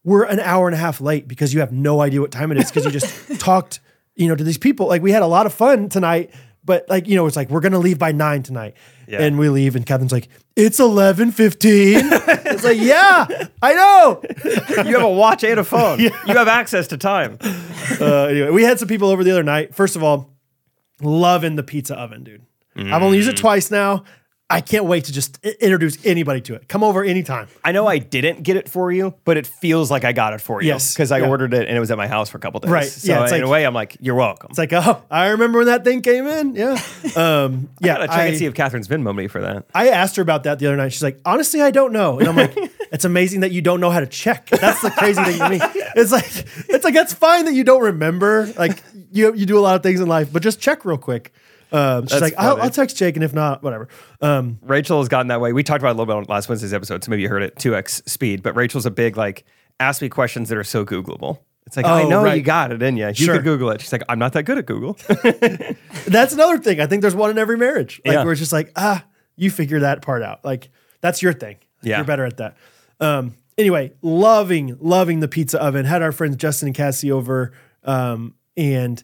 A: we're an hour and a half late because you have no idea what time it is because you just talked, you know, to these people. Like we had a lot of fun tonight, but like you know, it's like we're gonna leave by nine tonight,
B: Yeah.
A: and we leave, and Catherine's like, it's eleven fifteen. it's like yeah, I know.
B: You have a watch and a phone. You have access to time.
A: Uh, anyway, we had some people over the
B: Mm.
A: other night. First of all, loving the pizza oven, dude. I've only used it twice now. I can't wait to just i- introduce anybody to it. Come over anytime.
B: I know I didn't get it for you, but it feels like I got it for you.
A: Yes.
B: Because I
A: Yeah.
B: ordered it and it was at my house for a couple days.
A: Right.
B: So
A: Yeah, it's
B: in
A: like-
B: a way, I'm like, you're welcome.
A: It's like, oh, I remember when that thing came in. Yeah. Um, yeah.
B: I gotta check and see if Catherine's Venmo me for that.
A: I asked her about that the other night. She's like, honestly, I don't know. And I'm like, it's amazing that you don't know how to check. That's the crazy thing to me. It's like, it's like that's fine that you don't remember. Like you you do a lot of things in life, but just check real quick. Um, she's
B: That's
A: like, I'll,
B: funny.
A: I'll text Jake, and if not, whatever. Um,
B: Rachel has gotten that way. We talked about it a little bit on last Wednesday's episode, so maybe you heard it 2x speed, but Rachel's a big, like, ask me questions that are so Googleable. It's like, I
A: Oh,
B: know
A: right.
B: you got it in you. You
A: Sure.
B: could Google it. She's like, I'm not that good at Google.
A: that's another thing. I think there's one in every marriage. Like
B: Yeah.
A: where it's just like, ah, you figure that part out. Like that's your thing.
B: Yeah.
A: You're better at that. Um, anyway, loving, loving the pizza oven. Had our friends Justin and Cassie over. Um, and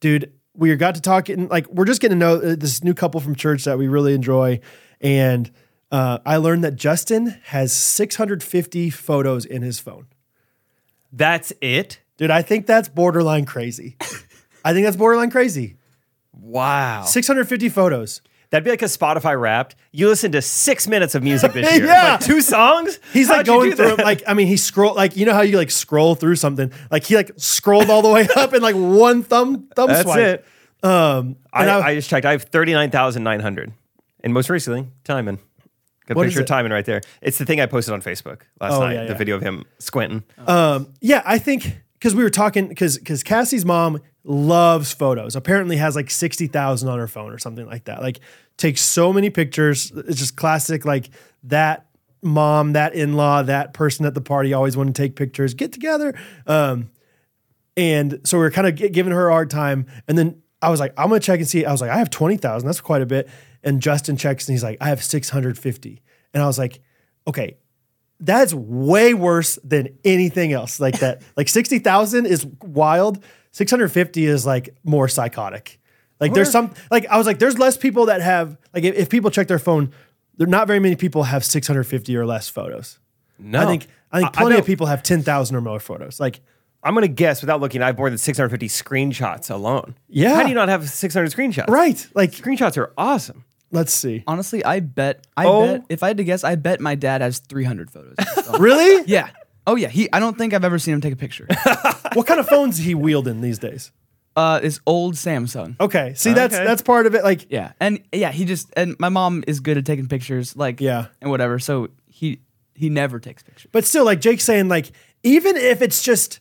A: dude, we got to talking, like, we're just getting to know uh, this new couple from church that we really enjoy. And uh, I learned that Justin has 650 photos in his phone.
B: That's it?
A: Dude, I think that's borderline crazy. I think that's borderline crazy.
B: Wow.
A: 650 photos.
B: That'd be like a Spotify wrapped. You listen to six minutes of music this year.
A: Yeah.
B: Like, two songs?
A: He's like
B: How'd you
A: going
B: do
A: through
B: that?
A: like I mean he scroll like you know how you like scroll through something like he like scrolled all the way up and like one thumb thumb
B: That's
A: swipe.
B: it.
A: Um,
B: I,
A: and I,
B: I, just checked. I have 39,900. And most recently, Timon. Got a
A: What is
B: picture of
A: it?
B: Timon right there. It's the thing I posted on Facebook last
A: Oh,
B: night,
A: yeah,
B: the
A: yeah.
B: video of him squinting.
A: um, yeah, I think because we were talking because because Cassie's mom loves photos. Apparently has like sixty thousand on her phone or something like that. Like takes so many pictures. It's just classic like that mom, that in law, that person at the party always want to take pictures. Get together. Um, And so we were kind of gi- giving her a hard time. And then I was like, I'm going to check and see. I was like, I have 20,000. That's quite a bit. And Justin checks and he's like, I have 650. And I was like, okay, that's way worse than anything else. Like that, like 60,000 is wild. 650 is like more psychotic. Like there's some, like I was like, there's less people that have, like if, if people check their phone, there not very many people have 650 or less photos.
B: No.
A: I think, I think
B: Oh. I
A: plenty
B: know-
A: of people have 10,000 or more photos. Like,
B: I'm going to guess without looking, I have more than 650 screenshots alone.
A: Yeah.
B: How do you not have 600 screenshots?
A: right. Like,
B: Screenshots are awesome.
A: Let's see.
E: Honestly, I bet. I
B: Oh.
E: bet. If I had to guess, I bet my dad has 300 photos. of his phone.
A: Really?
E: yeah. Oh yeah. He. I don't think I've ever seen him take a picture.
A: what kind of phones is he wielding these days?
E: Uh, it's old Samsung.
A: Okay. See, that's
B: Okay.
A: that's part of it. Like,
E: Yeah. And yeah, he just and my mom is good at taking pictures. Like
A: Yeah.
E: and whatever. So he he never takes pictures.
A: but still, like Jake's saying, like even if it's just,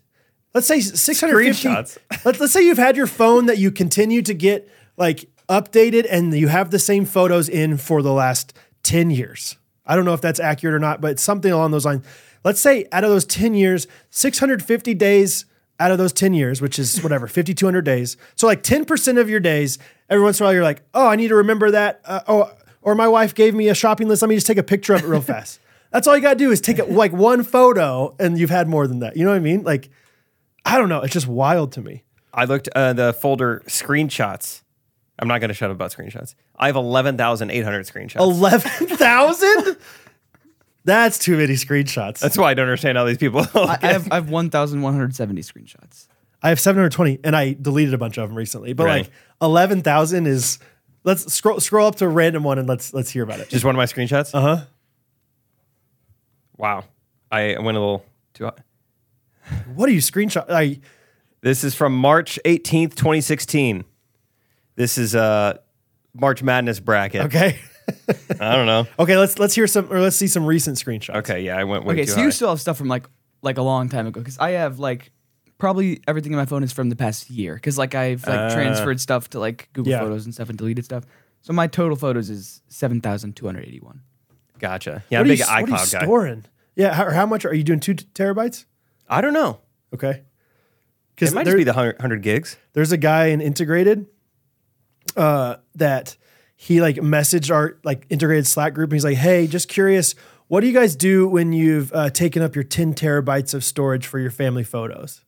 A: let's say six hundred
B: Screenshots.
A: fifty. Let's let's say you've had your phone that you continue to get like updated, and you have the same photos in for the last ten years. I don't know if that's accurate or not, but it's something along those lines. Let's say out of those ten years, six hundred fifty days out of those 10 years, which is whatever, 5,200 days. So, like 10% of your days, every once in a while, you're like, oh, I need to remember that. Uh, oh, or my wife gave me a shopping list. Let me just take a picture of it real fast. That's all you got to do is take it like one photo and you've had more than that. You know what I mean? Like, I don't know. It's just wild to me.
B: I looked uh, the folder screenshots. I'm not going to shut up about screenshots. I have 11,800 screenshots.
A: 11,000? That's too many screenshots.
B: That's why I don't understand how these people.
E: I, I have I have 1,170 screenshots.
A: I have 720 and I deleted a bunch of them recently, but
B: Right.
A: like 11,000 is. Let's scroll scroll up to a random one and let's let's hear about it.
B: Just one of my screenshots. Uh
A: Uh-huh.
B: huh. Wow, I went a little too. high.
A: What are you screenshot? Are you-
B: This is from March 18th, 2016. This is uh March Madness bracket.
A: okay.
B: I don't know.
A: Okay, let's let's hear some or let's see some recent screenshots.
B: Okay, yeah, I went way
E: Okay,
B: too
E: so
B: high.
E: you still have stuff from like like a long time ago because I have like probably everything in my phone is from the past year because like I've like transferred stuff to like Google
A: Uh, Yeah.
E: Photos and stuff and deleted stuff. So my total photos is 7,281.
B: gotcha. Yeah,
A: What
B: I'm
A: are, you,
B: a big
A: what are you
B: iCloud guy.
A: storing? Yeah, how, or how much are you doing? Two t- terabytes?
B: I don't know.
A: Okay,
B: It
A: because
B: might just be the 100, 100 gigs.
A: there's a guy in integrated uh, that he like messaged our like integrated Slack group and he's like, hey, just curious, what do you guys do when you've uh, taken up your 10 terabytes of storage for your family photos?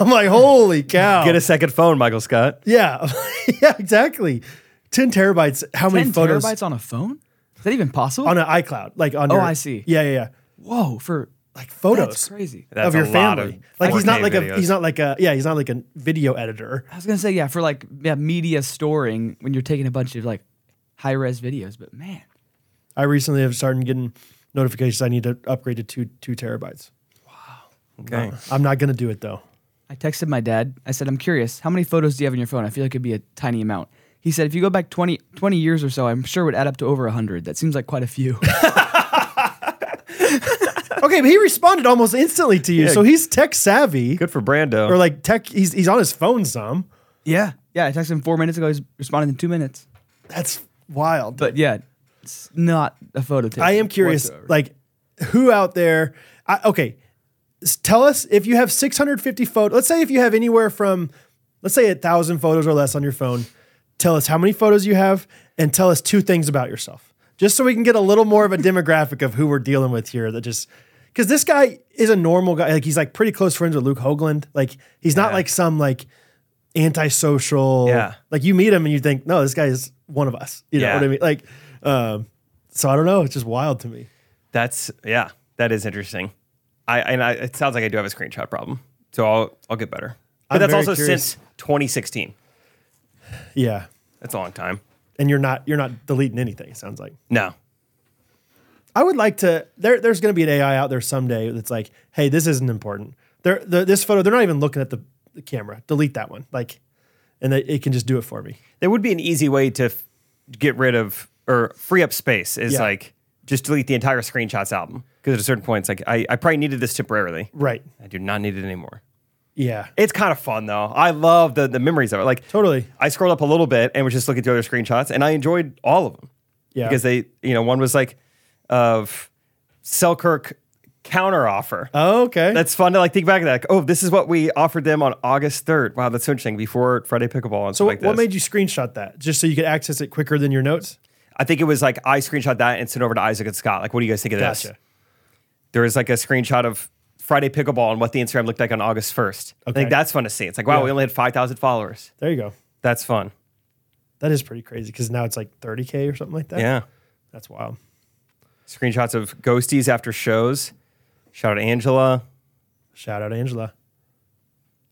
A: I'm like, holy cow!
B: Get a second phone, Michael Scott.
A: yeah, yeah, exactly. 10 terabytes. How many
E: 10
A: photos
E: terabytes on a phone? Is that even possible?
A: on an iCloud? Like on
E: Oh,
A: your,
E: I see.
A: Yeah, yeah, yeah.
E: Whoa, for
A: Like photos.
E: that's crazy.
B: That's
A: of your
B: a lot
A: family.
B: of
A: like he's not
B: 4K
A: like a
B: videos.
A: he's not like a yeah he's not like a video editor.
E: I was gonna say yeah for like yeah media storing when you're taking a bunch of like high res videos, but man,
A: I recently have started getting notifications I need to upgrade to two two terabytes.
B: Okay.
A: I'm not gonna do it though.
E: I texted my dad. I said, I'm curious, how many photos do you have on your phone? I feel like it'd be a tiny amount. He said, if you go back 20, 20 years or so, I'm sure it would add up to over 100. That seems like quite a few.
A: Okay, but he responded almost instantly to you, so he's tech savvy
B: Good for Brando.
A: or like tech. He's he's on his phone some.
E: yeah. Yeah. I texted him four minutes ago. He's responded in two minutes.
A: That's wild.
E: But yeah, it's not a photo taken
A: I am curious,
E: whatsoever.
A: like, who out there? I, okay, s- tell us if you have 650 photos. Let's say if you have anywhere from, let's say, a thousand photos or less on your phone. Tell us how many photos you have, and tell us two things about yourself, just so we can get a little more of a demographic of who we're dealing with here. That just because this guy is a normal guy, like he's like pretty close friends with Luke Hoagland. Like he's not
B: Yeah.
A: like some like antisocial.
B: Yeah.
A: Like you meet him and you think, no, this guy is one of us. You know
B: Yeah.
A: what I mean? Like, um, so I don't know. It's just wild to me.
B: That's yeah, that is interesting. I and I, it sounds like I do have a screenshot problem, so I'll I'll get better. But
A: I'm
B: that's
A: very
B: also
A: curious.
B: since 2016.
A: Yeah.
B: That's a long time.
A: And you're not you're not deleting anything, it sounds like.
B: No,
A: I would like to there there's gonna be an AI out there someday that's like, hey, this isn't important. They're, the, this photo, they're not even looking at the, the camera. Delete that one. Like and they, it can just do it for me.
B: there would be an easy way to f- get rid of or free up space. Is
A: Yeah.
B: like just delete the entire screenshots album because at a certain point, it's like I, I probably needed this temporarily.
A: Right.
B: I do not need it anymore.
A: Yeah.
B: It's kind of fun though. I love the the memories of it. Like
A: Totally.
B: I scrolled up a little bit and was just looking through other screenshots, and I enjoyed all of them.
A: Yeah.
B: because they, you know, one was like of Selkirk counteroffer.
A: oh, okay.
B: That's fun to like think back at that. Like, oh, this is what we offered them on August third. Wow, that's so interesting. Before Friday pickleball and
A: so
B: stuff like
A: what, what
B: this.
A: made you screenshot that? Just so you could access it quicker than your notes?
B: I think it was like I screenshot that and sent it over to Isaac and Scott. Like, what do you guys think of this?
A: Gotcha.
B: There was like a screenshot of Friday pickleball and what the Instagram looked like on August first. I
A: Okay.
B: think that's fun to see. It's like wow, we
A: Yeah.
B: only had five thousand followers.
A: There you go.
B: That's fun.
A: That is pretty crazy because now it's like 30K or something like that.
B: Yeah.
A: That's wild.
B: Screenshots of ghosties after shows. Shout out Angela.
A: Shout out Angela.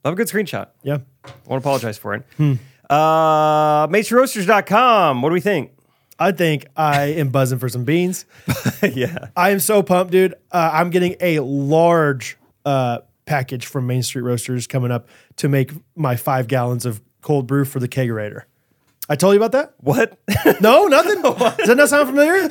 B: Love a good screenshot.
A: Yeah.
B: won't apologize for it.
A: Hmm.
B: Uh, MatrosRoasters.com. What do we think?
A: I think I am buzzing for some beans.
B: yeah.
A: I am so pumped, dude. Uh, I'm getting a large uh, package from Main Street Roasters coming up to make my five gallons of cold brew for the kegerator. I told you about that?
B: What?
A: No, nothing. Does that not sound familiar?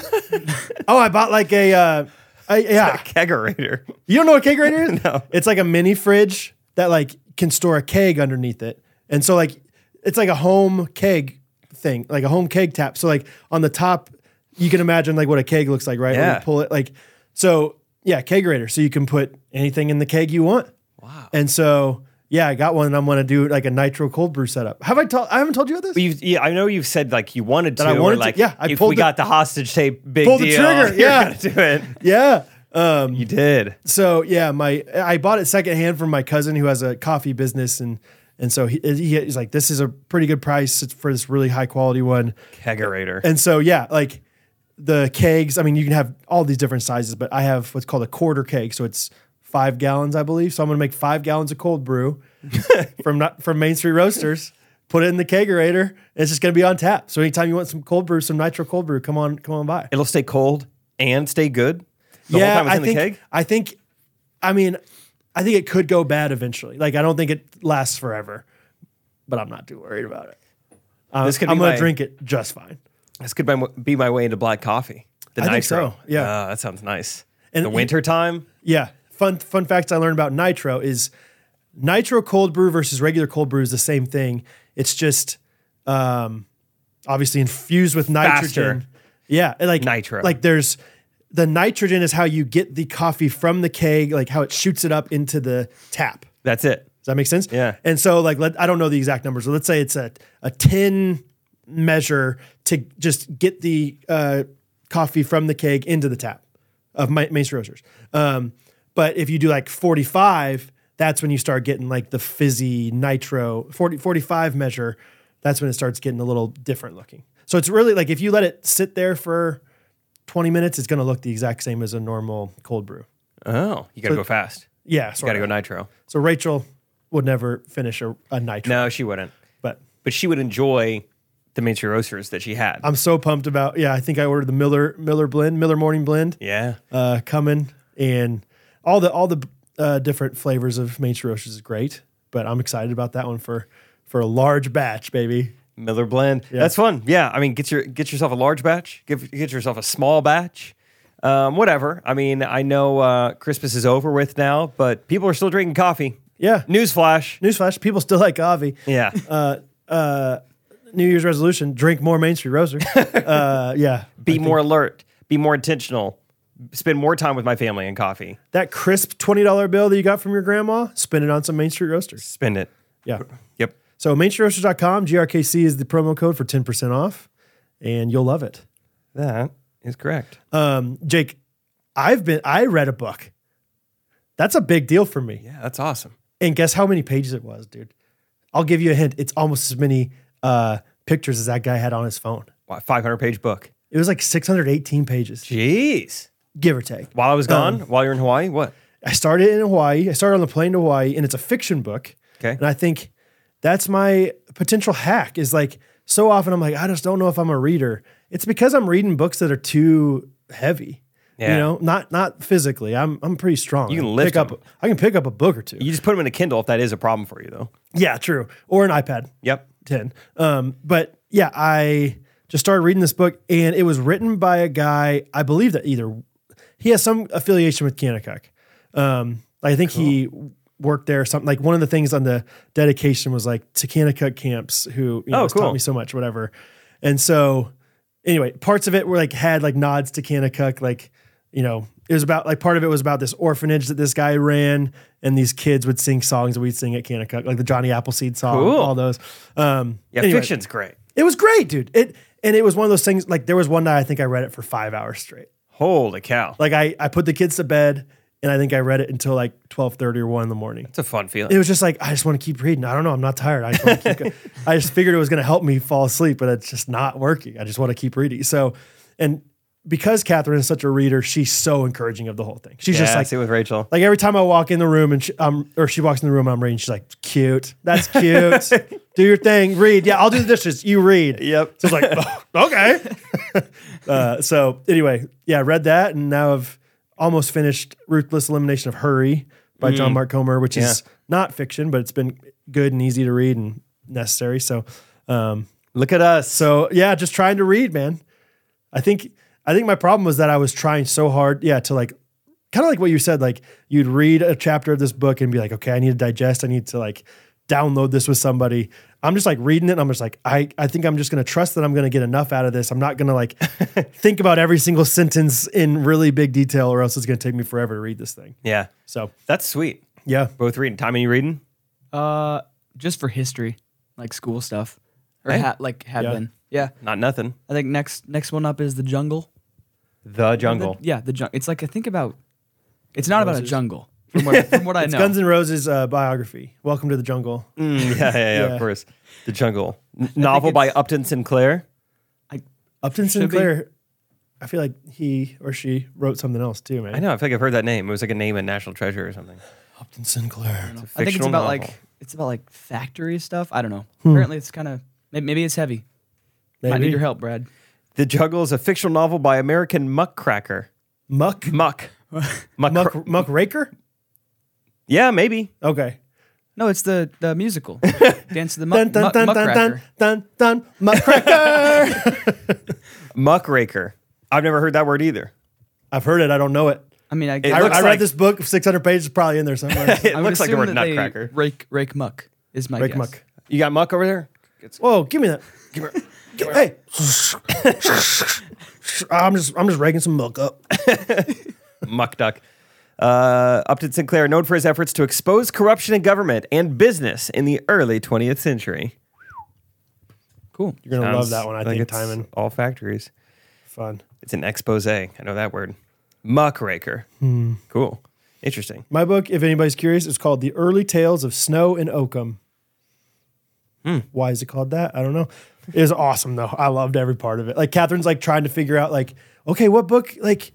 A: oh, I bought like a, uh, I, yeah.
B: Kegerator.
A: You don't know what kegerator is? no. It's like a mini fridge that like can store a keg underneath it. And so like it's like a home keg thing, like a home keg tap. So like on the top, you can imagine like what a keg looks like, right? When
B: Yeah.
A: you pull it like so yeah, kegerator. So you can put anything in the keg you want. Wow. And so yeah, I got one and I'm gonna do like a nitro cold brew setup. Have I told I haven't told you about this?
B: You've, yeah, I know you've said like you wanted to.
A: I
B: or,
A: wanted to.
B: like,
A: Yeah, I
B: if
A: pulled
B: we
A: the-
B: got the hostage tape, big
A: Pulled the
B: deal.
A: trigger,
B: you're
A: yeah.
B: gonna do it.
A: Yeah. Um
B: You did.
A: So yeah, my I bought it secondhand from my cousin who has a coffee business, and and so he, he- he's like, this is a pretty good price for this really high quality one,
B: Kegerator.
A: and so yeah, like the kegs. I mean, you can have all these different sizes, but I have what's called a quarter keg, so it's five gallons, I believe. So I'm gonna make five gallons of cold brew from not from Main Street Roasters. Put it in the kegerator. And it's just gonna be on tap. So anytime you want some cold brew, some nitro cold brew, come on, come on by
B: It'll stay cold and stay good. The whole time it's
A: I
B: in
A: think,
B: the keg.
A: I think, I mean, I think it could go bad eventually. Like, I don't think it lasts forever, but I'm not too worried about it. Um,
B: This could
A: I'm
B: be
A: going to
B: my-
A: drink it just fine.
B: This could be- be my way into black coffee. The
A: I think
B: nitro.
A: so, yeah.
B: Ah, that sounds nice.
A: And
B: the
A: you-
B: winter time.
A: Yeah. Fun fun facts I learned about nitro is nitro cold brew versus regular cold brew is the same thing. It's just um, obviously infused with nitrogen.
B: Faster.
A: Yeah, and like
B: Nitro.
A: Like there's the nitrogen is how you get the coffee from the keg, like how it shoots it up into the tap.
B: That's it.
A: Does that make sense?
B: Yeah.
A: And so, like, let, I don't know the exact numbers. But let's say it's a, a 10 measure to just get the uh, coffee from the keg into the tap of my, Mace Roasters. Um, but if you do like 45, that's when you start getting like the fizzy nitro 40, 45 measure. That's when it starts getting a little different looking. So it's really like if you let it sit there for 20 minutes, it's going to look the exact same as a normal cold brew.
B: Oh, you gotta go fast.
A: Yeah.
B: You gotta
A: Sorry.
B: go nitro.
A: So Rachel would never finish a, a nitro.
B: No, she wouldn't.
A: But
B: but she would enjoy the Mitri Roasters that she had.
A: I'm so pumped about. Yeah, I think I ordered the Miller Miller blend, Miller Morning Blend,
B: yeah.
A: uh, coming, and all the all the uh, different flavors of Main Roasters is great. But I'm excited about that one for for a large batch, baby.
B: Miller blend. That's fun. Yeah, I mean, get your get yourself a large batch. Give get yourself a small batch. Um, whatever. I mean, I know uh, Christmas is over with now, but people are still drinking coffee.
A: Yeah.
B: Newsflash.
A: Newsflash: people still like coffee.
B: Yeah.
A: Uh, uh, New Year's resolution: drink more Main Street Roaster. uh, yeah,
B: be more alert. Be more intentional. Spend more time with my family and coffee.
A: that crisp twenty dollar bill that you got from your grandma, spend it on some Main Street Roasters.
B: Spend it.
A: Yeah.
B: Yep.
A: So mainstreetroasters.com, GRKC is the promo code for 10% off, and you'll love it.
B: That is correct.
A: Um, Jake, I've been I read a book. That's a big deal for me.
B: Yeah, that's awesome.
A: And guess how many pages it was, dude? I'll give you a hint. It's almost as many uh, pictures as that guy had on his phone.
B: Five hundred page book.
A: It was like 618 pages,
B: Jeez.
A: give or take.
B: While I was
A: Um,
B: gone, while you're in Hawaii, what?
A: I started in Hawaii. I started on the plane to Hawaii, and it's a fiction book.
B: Okay.
A: And I think that's my potential hack is like so often I'm like, I just don't know if I'm a reader. It's because I'm reading books that are too heavy.
B: Yeah.
A: You know, not not physically. I'm I'm pretty strong.
B: You
A: I
B: can lift
A: pick up
B: them.
A: I can pick up a book or two.
B: You just put them in a Kindle if that is a problem for you, though.
A: Yeah, true. Or an iPad.
B: Yep.
A: 10. Um, but yeah, I just started reading this book and it was written by a guy, I believe that either he has some affiliation with Kanakuk. Um, I think he worked there or something like one of the things on the dedication was like to Kanakuk camps who you know,
B: Oh,
A: has
B: cool.
A: taught me so much, whatever. And so anyway, parts of it were like had like nods to Kanakuk, like, you know, it was about like part of it was about this orphanage that this guy ran, and these kids would sing songs that we'd sing at Kanakuk, like the Johnny Appleseed song,
B: Cool.
A: all those. Um,
B: Yeah,
A: anyway,
B: fiction's great.
A: It was great, dude. It and it was one of those things. Like there was one night I think I read it for five hours straight.
B: Holy cow.
A: Like I I put the kids to bed, and I think I read it until like twelve thirty or one in the morning.
B: It's a fun feeling.
A: It was just like I just want to keep reading. I don't know. I'm not tired. I just, want to keep go- I just figured it was going to help me fall asleep, but it's just not working. I just want to keep reading. So, and because Catherine is such a reader, she's so encouraging of the whole thing. She's
B: yeah,
A: just like
B: see with Rachel.
A: like every time I walk in the room and she, um, or she walks in the room, I'm reading. She's like, "Cute, that's cute. do your thing. Read. Yeah, I'll do the dishes. You read."
B: Yep.
A: So it's like, oh, okay. uh, so anyway, yeah, I read that, and now I've almost finished "Ruthless Elimination of Hurry" by John Mark Comer, which is not fiction, but it's been good and easy to read and necessary. So, um,
B: Look at us.
A: so yeah, just trying to read, man. I think I think my problem was that I was trying so hard, yeah, to like kind of like what you said, like you'd read a chapter of this book and be like, okay, I need to digest, I need to like download this with somebody. I'm just like reading it and I'm just like, I, I think I'm just gonna trust that I'm gonna get enough out of this. I'm not gonna like think about every single sentence in really big detail or else it's gonna take me forever to read this thing.
B: yeah,
A: So
B: that's sweet.
A: yeah.
B: Both reading. Tommy, you reading?
E: Uh, just for history, like school stuff, or
B: Hey.
E: ha- like have
A: Yeah.
E: been. Yeah,
B: Not nothing.
E: I think next next one up is the jungle.
B: The
E: The-
B: jungle.
E: yeah, the jungle. It's like I think about. It's not about a jungle. From what, from what I know,
A: Guns N' Roses uh, biography. Welcome to the jungle.
B: Mm, yeah, yeah, yeah,
A: Yeah.
B: Of course. The jungle. N- novel by
E: it's-
B: Upton Sinclair.
A: Upton
E: Should be.
A: Sinclair, I feel like he or she wrote something else too, man.
B: I know. I feel like I've heard that name. It was like a name in National Treasure or something.
A: Upton Sinclair.
E: I think it's
B: Fictional
E: about
B: novel.
E: like it's about like factory stuff. I don't know. Apparently, it's kind of maybe, maybe it's heavy. Might
A: Hmm. Maybe.
E: need your help, Brad.
B: The Jungle is a fictional novel by American muckcracker.
A: Muck
B: Muck. Muck.
A: Muck Muck Raker?
B: yeah, maybe.
A: Okay.
E: No, it's the the musical Dance of
A: Dun
E: the Muck,
A: dun
E: Muck,
A: dun dun
E: Muckracker.
A: dun dun dun Muckracker.
B: Muckraker. I've never heard that word either.
A: I've heard it, I don't know it.
E: I mean, I,
B: It
A: I,
E: I,
B: looks
A: I read
B: like-
A: this book, six hundred pages probably in there somewhere.
B: It
E: I would
B: looks like the
E: assume
B: word
E: that they
B: nutcracker.
E: Rake rake muck is my
A: Rake
E: guess.
A: Muck.
B: You got muck over there?
A: Whoa, give me that. Give me- give me- hey. I'm just I'm just raking some milk up.
B: Muck duck. Uh, Upton Sinclair, known for his efforts to expose corruption in government and business in the early 20th century.
E: Cool.
A: You're gonna love
B: Sounds
A: that one, I
B: like
A: think
B: it's
A: timing.
B: All factories.
A: Fun.
B: It's an expose. I know that word. Muckraker. Cool. Interesting.
A: My book, if anybody's curious, is called The Early Tales of Snow and Oakham. Why is it called that? I don't know. It was awesome though. I loved every part of it. Like Catherine's like trying to figure out like, okay, what book? Like,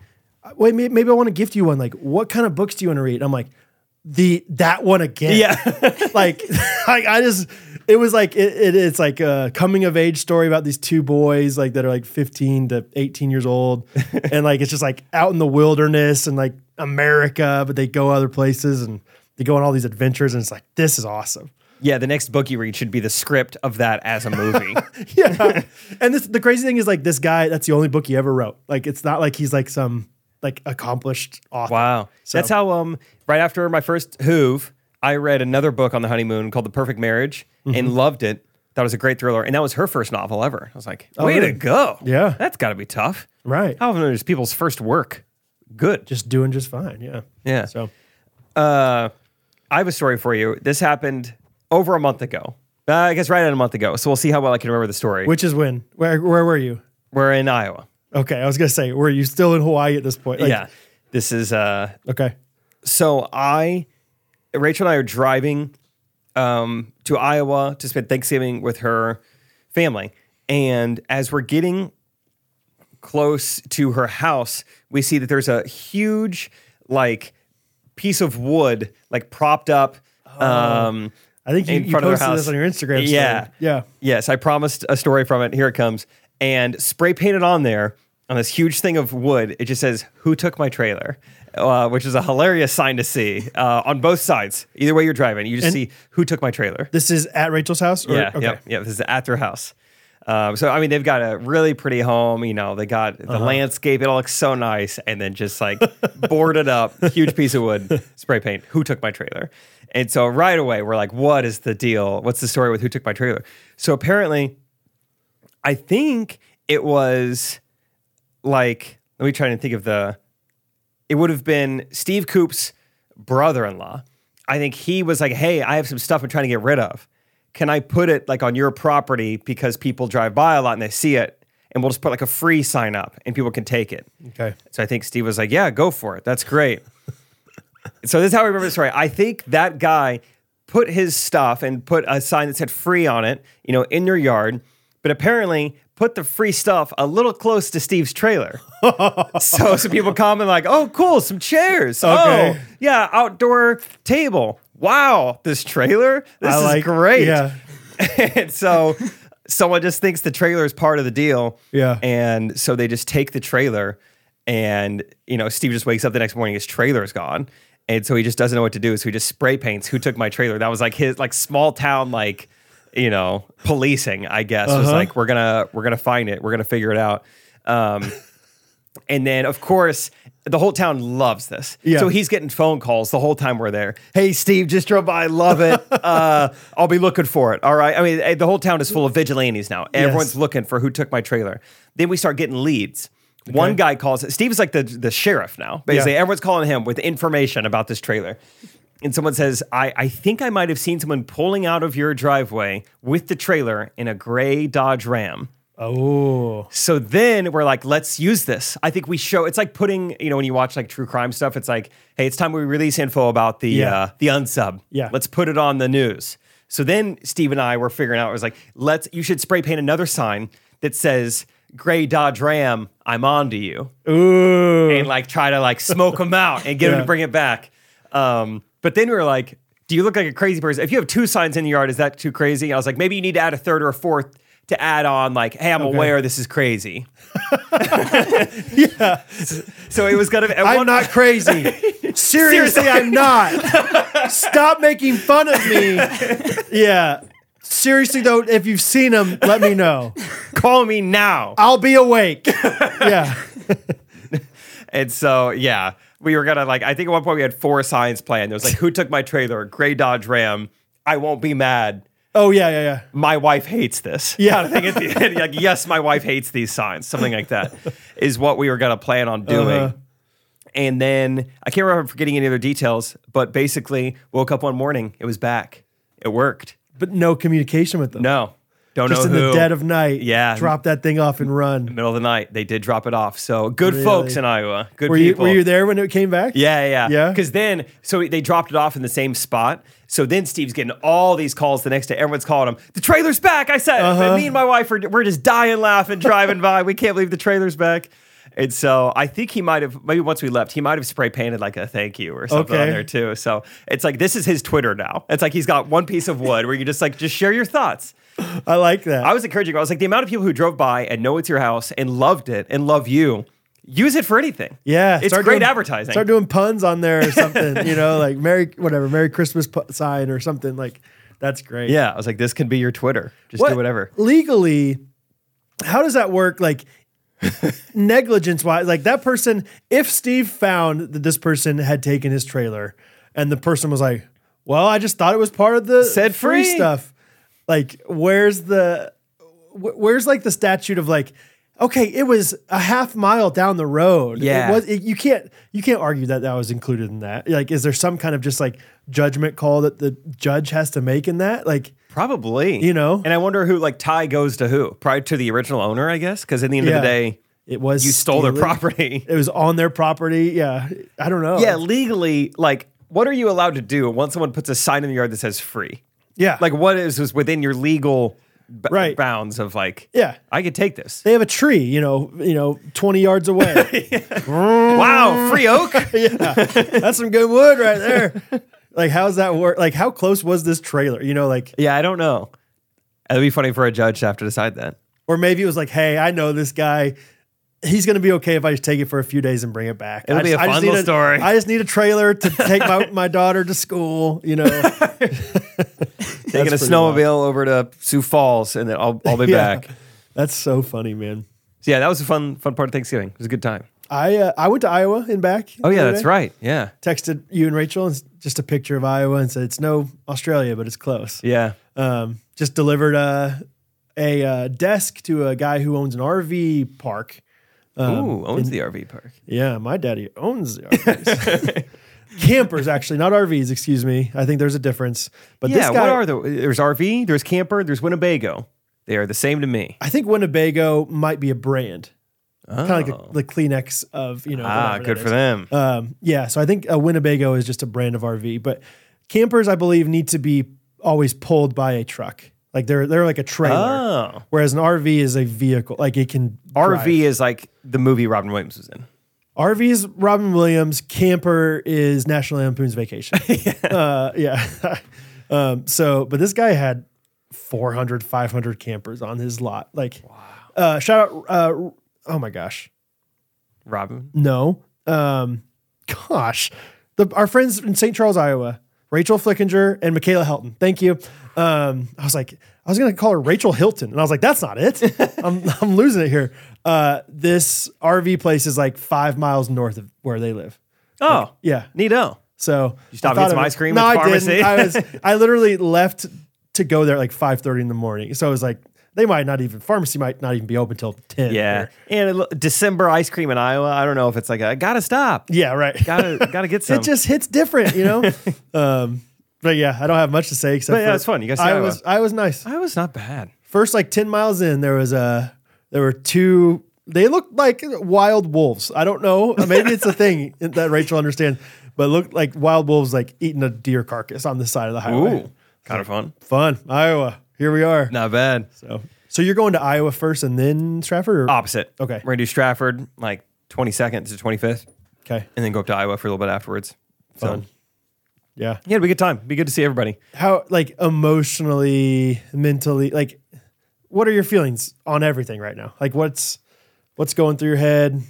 A: wait, may- maybe I want to gift you one. Like, what kind of books do you want to read? I'm like, the that one again.
B: Yeah.
A: like, like I just it was like it, it, it's like a coming of age story about these two boys like that are like 15 to 18 years old and like it's just like out in the wilderness and like america but they go other places and they go on all these adventures and it's like this is awesome
B: Yeah, the next book you read should be the script of that as a movie.
A: yeah and this the crazy thing is like this guy that's the only book he ever wrote like it's not like he's like some like accomplished author
B: wow.
A: So-
B: That's how um right after my first hoove, I read another book on the honeymoon called The Perfect Marriage
A: Mm-hmm.
B: and loved it. That was a great thriller. And that was her first novel ever. I was like, way
A: Oh, really?
B: to go.
A: Yeah.
B: That's gotta be tough.
A: right
B: How often is people's first work good?
A: just doing just fine yeah
B: Yeah.
A: so
B: uh, I have a story for you. This happened over a month ago. Uh, I guess right at a month ago. So we'll see how well I can remember the story.
A: which is when where where were you
B: We're in Iowa.
A: okay i was gonna say were you still in hawaii at this point Like,
B: yeah. This is uh,
A: okay
B: so I, Rachel and I are driving um, to Iowa to spend Thanksgiving with her family. And as we're getting close to her house, we see that there's a huge, like, piece of wood, like, propped up.
A: Oh.
B: Um,
A: I think you,
B: in
A: you
B: front of their
A: posted this
B: house.
A: on your Instagram. Story.
B: Yeah.
A: yeah.
B: Yes, I promised a story from it. Here it comes. And spray painted on there on this huge thing of wood, it just says, Who took my trailer? Uh, which is a hilarious sign to see uh, on both sides. Either way you're driving, you just
A: And-
B: see who took my trailer.
A: This is at Rachel's house. Or,
B: yeah,
A: okay.
B: yeah, yeah. This is at their house. Um, so I mean, they've got a really pretty home. You know, they got
A: Uh-huh.
B: the landscape; it all looks so nice. And then just like boarded up, huge piece of wood, spray paint. Who took my trailer? And so right away, we're like, "What is the deal? What's the story with who took my trailer?" So apparently, I think it was like let me try and think of the it would have been Steve Koop's brother-in-law. I think he was like, "Hey, I have some stuff I'm trying to get rid of. Can I put it like on your property because people drive by a lot and they see it, and we'll just put like a free sign up and people can take it."
A: Okay.
B: So I think Steve was like, "Yeah, go for it. That's great." so this is how I remember the story. I think that guy put his stuff and put a sign that said "free" on it, you know, in your yard, but apparently put the free stuff a little close to Steve's trailer. so some people comment like, "Oh, cool, some chairs.
A: Okay.
B: Oh, yeah, outdoor table. Wow, this trailer. This
A: I
B: is
A: like-
B: great."
A: yeah.
B: and so someone just thinks the trailer is part of the deal.
A: Yeah.
B: And so they just take the trailer and you know, Steve just wakes up the next morning, his trailer is gone. And so he just doesn't know what to do. So he just spray paints who took my trailer. That was like his like small town like, you know, policing, I guess. Was like, we're gonna we're gonna find it. We're gonna figure it out. Um and then, of course, the whole town loves this.
A: Yeah.
B: So he's getting phone calls the whole time we're there. Hey, Steve, just drove by. Love it. Uh, I'll be looking for it. All right. I mean, eh, the whole town is full of vigilantes now. Everyone's looking for who took my trailer. Then we start getting leads. One guy calls. Steve's like the, the sheriff now. Basically,
A: Yeah.
B: everyone's calling him with information about this trailer. And someone says, I, I think I might have seen someone pulling out of your driveway with the trailer in a gray Dodge Ram.
A: Oh,
B: So then we're like, let's use this. I think we show it's like putting, you know, when you watch like true crime stuff, it's like, hey, it's time we release info about the
A: Yeah.
B: uh, the unsub.
A: Yeah.
B: Let's put it on the news. So then Steve and I were figuring out, it was like, let's you should spray paint another sign that says gray Dodge Ram, I'm on to you.
A: ooh,
B: And like try to like smoke them out and get them
A: Yeah.
B: to bring it back. Um, but then we were like, do you look like a crazy person? If you have two signs in your yard, is that too crazy? I was like, maybe you need to add a third or a fourth to add on, like, hey, I'm aware this is crazy.
A: yeah.
B: So it was kind of. at
A: I'm
B: one-
A: not crazy. Seriously, I'm not. Stop making fun of me. Yeah. Seriously though, if you've seen him, let me know.
B: Call me now.
A: I'll be awake. Yeah.
B: And so yeah, we were gonna like. I think at one point we had four signs planned. There was like, "Who took my trailer? Gray Dodge Ram. I won't be mad.
A: Oh yeah, yeah, yeah.
B: My wife hates this."
A: Yeah.
B: I think at the end, like, yes, my wife hates these signs. Something like that is what we were gonna plan on doing.
A: Uh-huh.
B: And then I can't remember forgetting any other details, but basically woke up one morning. It was back. It worked.
A: But no communication with them.
B: No, don't
A: Just
B: know
A: in
B: who.
A: the dead of night.
B: Yeah.
A: Drop that thing off and run.
B: middle of the night. They did drop it off. So good
A: Really?
B: folks in Iowa. Good
A: Were you
B: people.
A: were you there when it came back?
B: Yeah, yeah,
A: Yeah?
B: Because then, so they dropped it off in the same spot. So then Steve's getting all these calls the next day. Everyone's calling him. The trailer's
A: Uh-huh.
B: back. I said. it." And me and my wife are we're just dying laughing, driving by. We can't believe the trailer's back. And so I think he might have maybe once we left, he might have spray painted like a thank you or something
A: Okay.
B: on there too. So it's like this is his Twitter now. It's like he's got one piece of wood where you just like just share your thoughts.
A: I like that.
B: I was encouraging. I was like the amount of people who drove by and know it's your house and loved it and love you. Use it for anything.
A: yeah,
B: it's
A: start
B: great
A: doing-
B: advertising.
A: Start doing puns on there or something, you know, like Merry whatever, Merry Christmas pu- sign or something like. That's great.
B: yeah, I was like, this could be your Twitter. Just do
A: What-
B: whatever.
A: Legally, how does that work? Like negligence wise, like that person, if Steve found that this person had taken his trailer and the person was like, well, I just thought it was part of the
B: Said free.
A: stuff. Like, where's the, wh- where's like the statute of like, okay, it was a half mile down the road.
B: Yeah.
A: It was, it, you can't, you can't argue that that was included in that. Like, is there some kind of just like judgment call that the judge has to make in that? Like,
B: Probably.
A: You know?
B: And I wonder who like tie goes to who. Probably to the original owner, I guess. Because at the end
A: Yeah.
B: of the day,
A: It was
B: you stole their
A: stealing.
B: property.
A: It was on their property. Yeah, I don't know.
B: yeah, legally, like, what are you allowed to do once someone puts a sign in the yard that says free?
A: yeah.
B: Like, what is, is within your legal b-
A: Right.
B: bounds of like?
A: Yeah.
B: I could take this.
A: they have a tree. You know, you know, twenty yards away.
B: wow, free oak.
A: That's some good wood right there. like, how's that work? Like, how close was this trailer? You know, like,
B: yeah, I don't know. It'd be funny for a judge to have to decide that.
A: or maybe it was like, hey, I know this guy. He's gonna be okay if I just take it for a few days and bring it back.
B: It'll
A: I
B: be
A: just-
B: a
A: I just
B: fun
A: need
B: little story.
A: I just need a trailer to take my, my daughter to school. You know,
B: Taking a
A: pretty wild.
B: snowmobile over to Sioux Falls, and then I'll I'll be
A: Yeah.
B: back.
A: that's so funny, man.
B: So yeah, that was a fun fun part of Thanksgiving. It was a good time.
A: I uh, I went to Iowa and back.
B: Oh
A: the
B: yeah,
A: other
B: that's
A: day.
B: right. Yeah,
A: texted you and Rachel and s- just a picture of Iowa and said it's no Australia, but it's close.
B: yeah.
A: Um, just delivered a, a uh, desk to a guy who owns an RV park. um,
B: Ooh, owns the RV park.
A: Yeah, my daddy owns the RVs. Campers, actually, not RVs. Excuse me. I think there's a difference. But this
B: Yeah,
A: guy,
B: what are the? There's RV, there's camper, there's Winnebago. They are the same to me.
A: I think Winnebago might be a brand, kind of like a, the Kleenex of you know.
B: Oh. Ah,
A: whatever that
B: good for
A: is.
B: them.
A: Um, yeah, so I think a Winnebago is just a brand of RV, but campers, I believe, need to be always pulled by a truck. Like they're they're like a trailer,
B: oh,
A: whereas an RV is a vehicle. Like it can
B: RV
A: drive.
B: is like the movie Robin Williams was in.
A: RV is Robin Williams. Camper is National Lampoon's Vacation. yeah. Uh, yeah. um, so, but this guy had 400, 500 campers on his lot. Like, uh, shout out. Uh, oh my gosh.
B: Robin.
A: No. Um, gosh, the, our friends in St. Charles, Iowa, Rachel Flickinger and Michaela Helton. Thank you. Um, I was like, I was gonna call her Rachel Hilton, and I was like, that's not it. I'm, I'm losing it here. Uh, this RV place is like five miles north of where they live.
B: Oh,
A: Yeah.
B: Neato.
A: So you
B: stopped to get some ice cream
A: No,
B: at the
A: I
B: pharmacy?
A: didn't. I was. I literally left to go there at like five thirty in the morning. So I was like, they might not even pharmacy might not even be open till ten.
B: Yeah,
A: or-
B: and a lo- December ice cream in Iowa. I don't know if it's like I gotta stop.
A: yeah. Right.
B: Gotta gotta get some.
A: it just hits different, you know. um, but yeah, I don't have much to say except
B: But yeah,
A: for
B: it's fun. You guys see
A: I
B: Iowa.
A: was I was nice.
B: I was not bad.
A: First, like ten miles in, there was a there were two. They looked like wild wolves. I don't know. Maybe it's a thing that Rachel understands, but looked like wild wolves, like eating a deer carcass on the side of the highway.
B: Ooh, kind of fun.
A: Fun, Iowa. Here we are.
B: Not bad.
A: So, so you're going to Iowa first and then Stratford? Or?
B: Opposite.
A: Okay.
B: We're gonna do Stratford like 22nd to 25th,
A: Okay.
B: and then go up to Iowa for a little bit afterwards. So
A: Fun. Yeah.
B: yeah, it'll be a good time. Be good to see everybody.
A: how like emotionally mentally like what are your feelings on everything right now like what's what's going through your head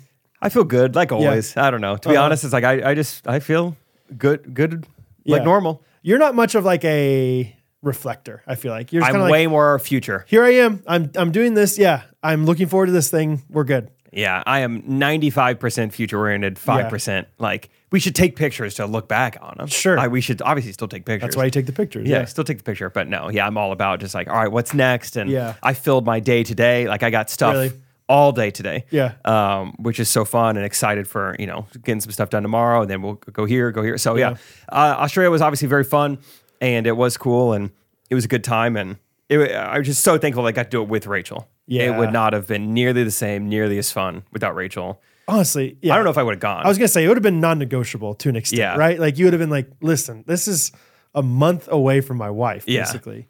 B: I feel good, like always. I don't know. To be
A: Uh-huh.
B: honest, it's like I, I just I feel good, good,
A: Yeah.
B: like normal.
A: you're not much of like a reflector i feel like you're kind
B: I'm
A: of like
B: way more future.
A: here i am i'm i'm doing this yeah i'm looking forward to this thing we're good
B: Yeah, I am 95% future oriented, 5% like we should take pictures to look back on them.
A: Sure.
B: I, we should obviously still take pictures.
A: that's why you take the pictures
B: yeah, still take the picture, but no, yeah, I'm all about just like, all right, what's next? And
A: Yeah.
B: I filled my day today. Like I got stuff
A: Really?
B: all day today.
A: Yeah.
B: Um, which is so fun and excited for, you know, getting some stuff done tomorrow and then we'll go here, go here. So yeah, Uh, Australia was obviously very fun and it was cool and it was a good time. And it, wa- I was just so thankful that I got to do it with Rachel.
A: Yeah.
B: It would not have been nearly the same, nearly as fun without Rachel.
A: honestly yeah
B: I don't know if I would have gone.
A: I was gonna say it would have been non-negotiable to an extent,
B: Yeah.
A: right? Like you would have been like, "Listen, this is a month away from my wife,
B: Yeah.
A: basically."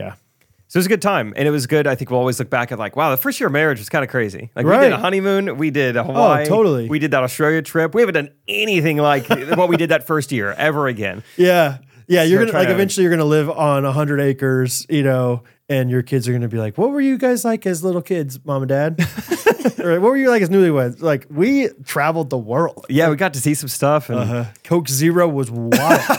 A: Yeah,
B: So it was a good time, and it was good. I think we'll always look back at like, wow, the first year of marriage was kind of crazy. Like we
A: Right.
B: did a honeymoon, we did a Hawaii,
A: totally.
B: We did that Australia trip. We haven't done anything like what we did that first year ever again.
A: Yeah. Yeah. You're gonna
B: trying
A: like
B: to-
A: eventually you're gonna live on a hundred acres, you know, and your kids are gonna be like, What were you guys like as little kids, mom and dad? or what were you like as newlyweds? Like we traveled the world.
B: Yeah, we got to see some stuff, and
A: Coke Zero was wild.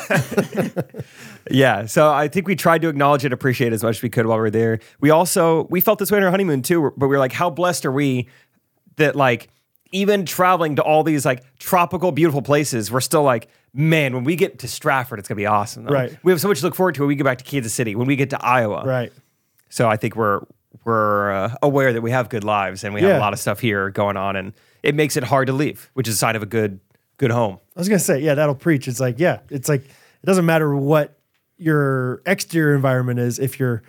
B: yeah. So I think we tried to acknowledge and appreciate it as much as we could while we were there. We also we felt this way on our honeymoon too, but we were like, how blessed are we that like even traveling to all these like tropical beautiful places, we're still like, man, when we get to Stratford, it's gonna be awesome. though.
A: Right.
B: We have so much to look forward to when we get back to Kansas City, when we get to Iowa,
A: right.
B: So I think we're we're uh, aware that we have good lives and we
A: Yeah.
B: have a lot of stuff here going on, and it makes it hard to leave, which is a sign of a good good home.
A: I was gonna say, yeah, that'll preach. It's like, yeah, it's like it doesn't matter what your exterior environment is, if your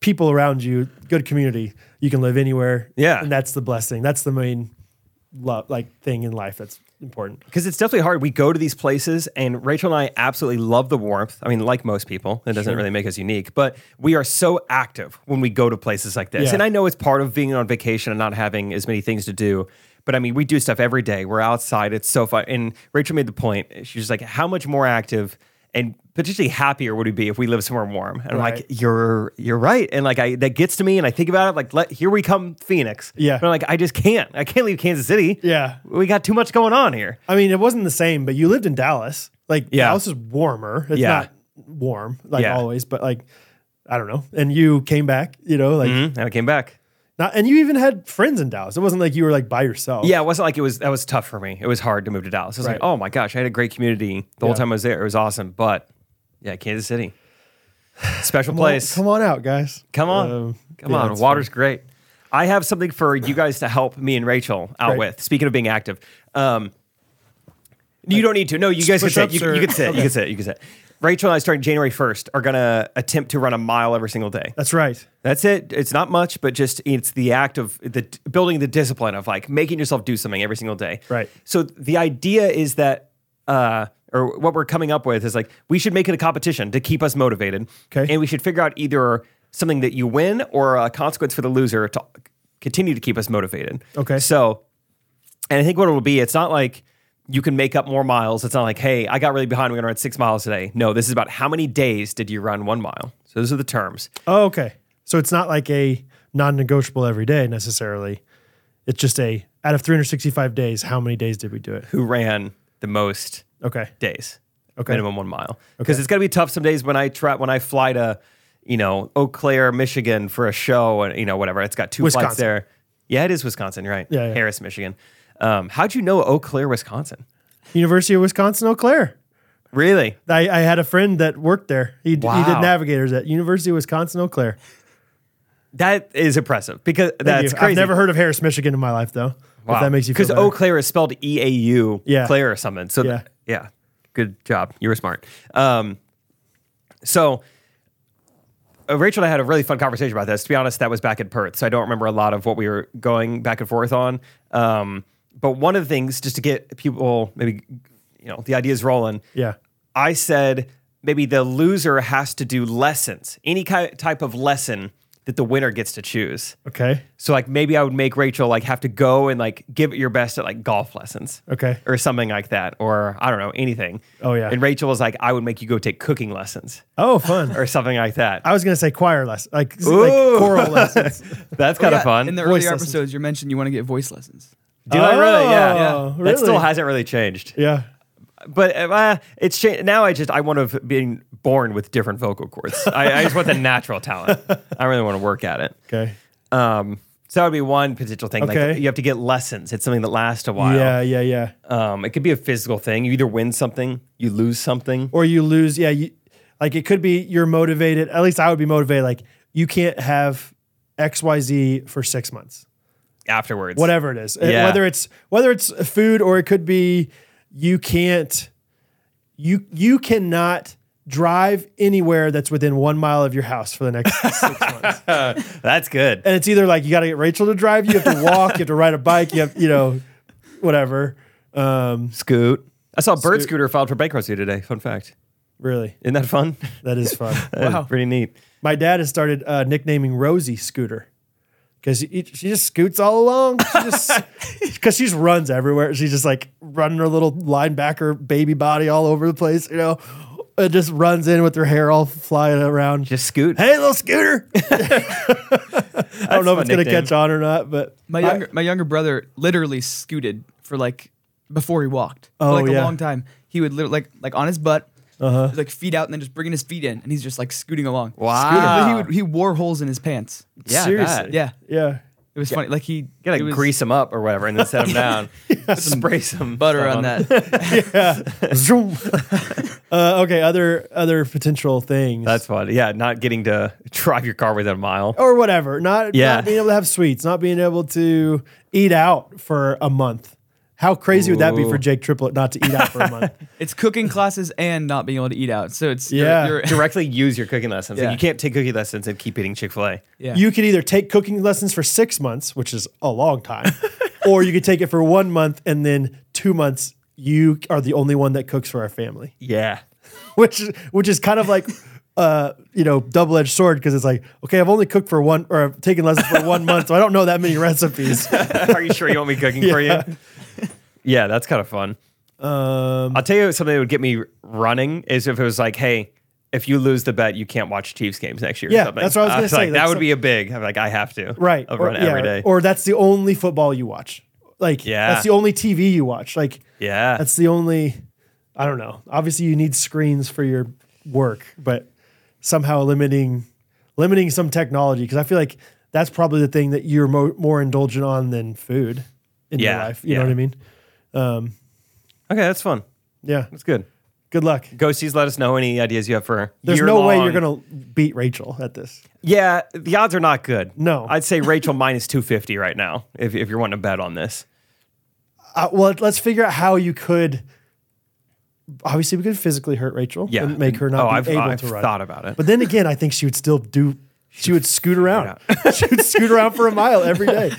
A: people around you, good community, you can live anywhere.
B: Yeah.
A: And that's the blessing. That's the main love like thing in life that's important.
B: Because it's definitely hard. We go to these places, and Rachel and I absolutely love the warmth. I mean, like most people, it doesn't really make us unique, but we are so active when we go to places like this.
A: Yeah.
B: And I know it's part of being on vacation and not having as many things to do. But I mean, we do stuff every day. We're outside. It's so fun. And Rachel made the point. She's just like, how much more active and potentially happier would we be if we lived somewhere warm? And I'm
A: Right.
B: like, you're you're right. And like, I that gets to me, and I think about it. Like, let, here we come, Phoenix.
A: Yeah.
B: But I'm like, I just can't. I can't leave Kansas City.
A: Yeah.
B: We got too much going on here.
A: I mean, it wasn't the same, but you lived in Dallas. Like
B: Yeah.
A: Dallas is warmer. It's
B: Yeah.
A: not warm like
B: Yeah.
A: always, but like I don't know. And you came back, you know, like
B: Mhm. And I came back.
A: not and you even had friends in Dallas. It wasn't like you were like by yourself.
B: Yeah, it wasn't like it was that was tough for me. It was hard to move to Dallas. I was
A: Oh. Right.
B: like, oh my gosh, I had a great community the
A: Yeah.
B: whole time I was there. It was awesome. But yeah, Kansas City. Special
A: Come on-
B: place.
A: Come on out, guys.
B: Come on.
A: Um,
B: Come
A: yeah,
B: on.
A: it's
B: Water's great. I have something for you guys to help me and Rachel out
A: Great.
B: with. Speaking of being active. Um you don't need to. No, you guys can sit.
E: push-ups
B: You,
E: or-
B: you can sit. You can sit. You can sit. Rachel and I, starting January 1st, are going to attempt to run a mile every single day.
A: That's right.
B: That's it. It's not much, but just it's the act of the building the discipline of like making yourself do something every single day.
A: Right.
B: So the idea is that uh or what we're coming up with is like we should make it a competition to keep us motivated.
A: Okay.
B: And we should figure out either something that you win or a consequence for the loser to continue to keep us motivated.
A: Okay.
B: So and I think what it'll be, it's not like you can make up more miles. It's not like, hey, I got really behind. We're going to run six miles today. No, this is about how many days did you run one mile? So those are the terms.
A: Oh, okay. So it's not like a non-negotiable every day necessarily. It's just a out of 365 days, how many days did we do it?
B: who ran the most
A: Okay.
B: days.
A: Okay.
B: Minimum one mile. Because it's gonna be tough some days when I try when I fly to, you know, Eau Claire, Michigan for a show and you know, whatever. It's got two flights
A: Wisconsin.
B: there. Yeah, it is Wisconsin, you're right.
A: Yeah, yeah.
B: Harris, Michigan. Um, how'd you know Eau Claire, Wisconsin?
A: University of Wisconsin Eau Claire.
B: Really?
A: I, I had a friend that worked there. He, d- he did
B: Wow.
A: navigators at University of Wisconsin Eau Claire.
B: That is impressive because
A: Thank
B: that's
A: you.
B: crazy.
A: I've never heard of Harris, Michigan in my life though. If that makes you feel
B: because
A: better.
B: Eau Claire is spelled E A U
A: Yeah.
B: Claire or something. So
A: Yeah.
B: yeah, yeah, good job. You were smart. Um, so uh, Rachel and I had a really fun conversation about this. To be honest, that was back in Perth, so I don't remember a lot of what we were going back and forth on. Um, but one of the things, just to get people maybe you know the ideas rolling,
A: Yeah.
B: I said maybe the loser has to do lessons, any ki- type of lesson that the winner gets to choose.
A: Okay.
B: So like maybe I would make Rachel like have to go and like give it your best at like golf lessons.
A: Okay.
B: Or something like that. Or I don't know, anything.
A: Oh, yeah.
B: And Rachel was like, I would make you go take cooking lessons
A: Oh, fun.
B: or something like that.
A: I was gonna say choir lessons, like s-
B: Ooh.
A: like choral lessons.
B: That's kind of
E: Yeah,
B: fun.
E: In the
A: Voice
E: earlier
A: lessons.
E: episodes, you mentioned you want to get voice lessons.
B: Do I really? Yeah.
A: Oh,
B: That
A: really?
B: still hasn't really changed.
A: Yeah.
B: But uh, it's changed. Now I just, I want to have been born with different vocal cords. I, I just want the natural talent. I really want to work at it.
A: Okay.
B: Um, so that would be one potential thing.
A: Okay.
B: Like you have to get lessons. It's something that lasts a while.
A: Yeah. Yeah. Yeah.
B: Um, it could be a physical thing. You either win something, you lose something.
A: or you lose. Yeah, you, like it could be you're motivated. At least I would be motivated. Like you can't have X Y Z for six months,
B: afterwards.
A: whatever it is. Uh,
B: Yeah.
A: Whether it's whether it's food or it could be you can't you you cannot drive anywhere that's within one mile of your house for the next six months.
B: That's good.
A: And it's either like you got to get Rachel to drive, you have to walk, you have to ride a bike, you have you know whatever. Um,
B: Scoot. I saw Bird Scooter filed for bankruptcy today. Fun fact.
A: Really,
B: Isn't that fun?
A: that is fun.
B: That is pretty neat.
A: My dad has started uh, nicknaming Rosie Scooter because she, she just scoots all along. She just because she just runs everywhere. She's just like running her little linebacker baby body all over the place, you know. It just runs in with her hair all flying around.
B: Just scoot.
A: hey, little scooter. I don't know if
B: my
A: it's gonna
B: nickname.
A: catch on or not, but
E: My
A: I-
E: younger, my younger brother literally scooted for like before he walked. For
A: Oh,
E: like
A: yeah. Uh-huh.
E: a long time. He would literally like like on his butt, like feet out, and then just bringing his feet in, and he's just like scooting along.
B: Wow.
E: He, would, he wore holes in his pants.
B: yeah,
A: seriously.
B: that.
E: Yeah,
A: yeah,
E: it was funny. Like he you
B: You gotta grease them up or whatever, and then set them down. Spray some
E: butter
B: stuff
E: on that.
A: Zoom. uh, okay, other other potential things
B: That's funny. Yeah, not getting to drive your car within a mile.
A: or whatever. Not
B: Yeah.
A: not being able to have sweets, not being able to eat out for a month. How crazy would that be for
B: Ooh.
A: Jake Triplett not to eat out for a month?
E: it's cooking classes and not being able to eat out. So it's you're-
A: Yeah.
E: you're-
B: Directly use your cooking lessons. Like,
E: Yeah.
B: you can't take cooking lessons and keep eating Chick Fil A.
E: yeah.
A: You could either take cooking lessons for six months, which is a long time, or you could take it for one month and then two months. You are the only one that cooks for our family,
B: Yeah.
A: which which is kind of like. Uh, you know, double edged sword because it's like, okay, I've only cooked for one or I've taken lessons for one month, so I don't know that many recipes.
B: Are you sure you want me cooking for you? Yeah, that's kind of fun.
A: Um,
B: I'll tell you something that would get me running is if it was like, hey, if you lose the bet, you can't watch Chiefs games next year.
A: Yeah,
B: or something. Uh,
A: that's what I was gonna say.
B: Like, that
A: That's
B: would
A: so-
B: be a big. I'm like, I have to.
A: right
B: I'll
A: or,
B: run
A: yeah,
B: every day.
A: or that's the only football you watch like
B: Yeah.
A: that's the only tv you watch like
B: yeah,
A: that's the only i don't know obviously you need screens for your work but somehow limiting limiting some technology because i feel like that's probably the thing that you're mo- more indulgent on than food in your
B: Yeah,
A: life you know
B: yeah.
A: what i mean
B: okay. That's fun.
A: yeah
B: That's good.
A: good luck
B: Ghosties, let us know any ideas you have for.
A: there's no
B: year-long-
A: way you're gonna beat rachel at this
B: Yeah, the odds are not good.
A: No.
B: I'd say Rachel minus two fifty right now. If if you're wanting to bet on this,
A: uh, well let's figure out how you could obviously we could physically hurt rachel
B: yeah,
A: and make her not
B: Oh,
A: be
B: I've,
A: able
B: I've
A: to run
B: thought about it.
A: But then again, I think she would still do. She would scoot around. she would scoot around for a mile every day.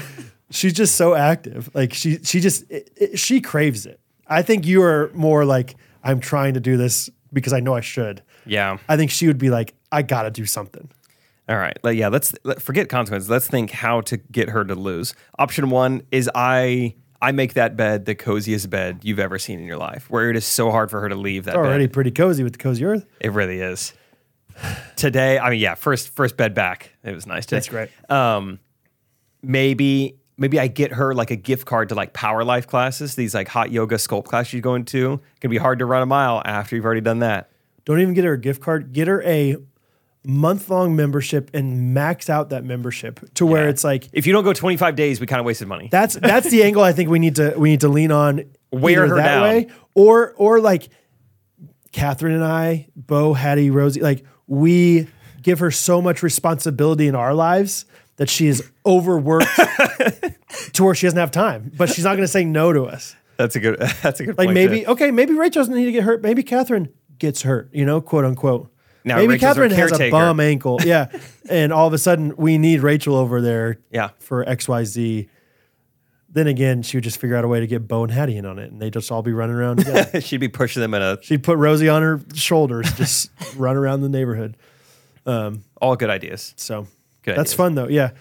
A: She's just so active. Like she, she just it, it- she craves it. I think you are more like I'm trying to do this because I know I should.
B: yeah.
A: I think she would be like, I gotta do something.
B: All right. Like, yeah, let's let, forget consequences. Let's think how to get her to lose. Option one is I I make that bed the coziest bed you've ever seen in your life, where it is so hard for her to leave that
A: Already
B: bed.
A: pretty cozy with the cozy earth.
B: It really is. Today, I mean, yeah, first first bed back. It was nice today.
A: That's great.
B: Um, maybe maybe I get her like a gift card to like Power Life classes, these like hot yoga sculpt classes you go into. It can be hard to run a mile after you've already done that.
A: Don't even get her a gift card. Get her a month long membership and max out that membership to where it's like
B: If you don't go 25 days, we kind of wasted money.
A: That's that's the angle I think we need to we need to lean on.
B: Wear
A: either
B: her
A: that
B: down.
A: way, or or like Catherine and I, Bo, Hattie, Rosie, like we give her so much responsibility in our lives that she is overworked to where she doesn't have time. But she's not going to say no to us.
B: That's a good. That's a good.
A: Like
B: point
A: maybe
B: too.
A: okay, maybe Rachel doesn't need to get hurt. Maybe Catherine gets hurt. You know, quote unquote.
B: Now
A: maybe
B: Rachel's our
A: Catherine has a
B: caretaker.
A: bum ankle. Yeah, and all of a sudden we need Rachel over there
B: Yeah.
A: for XYZ. Then again, she would just figure out a way to get Bo and Hattie in on it, and they just all be running around together.
B: She'd be pushing them in a
A: She'd put Rosie on her shoulders, just run around the neighborhood.
B: all good ideas.
A: So
B: Good
A: that's
B: ideas.
A: fun though. Yeah,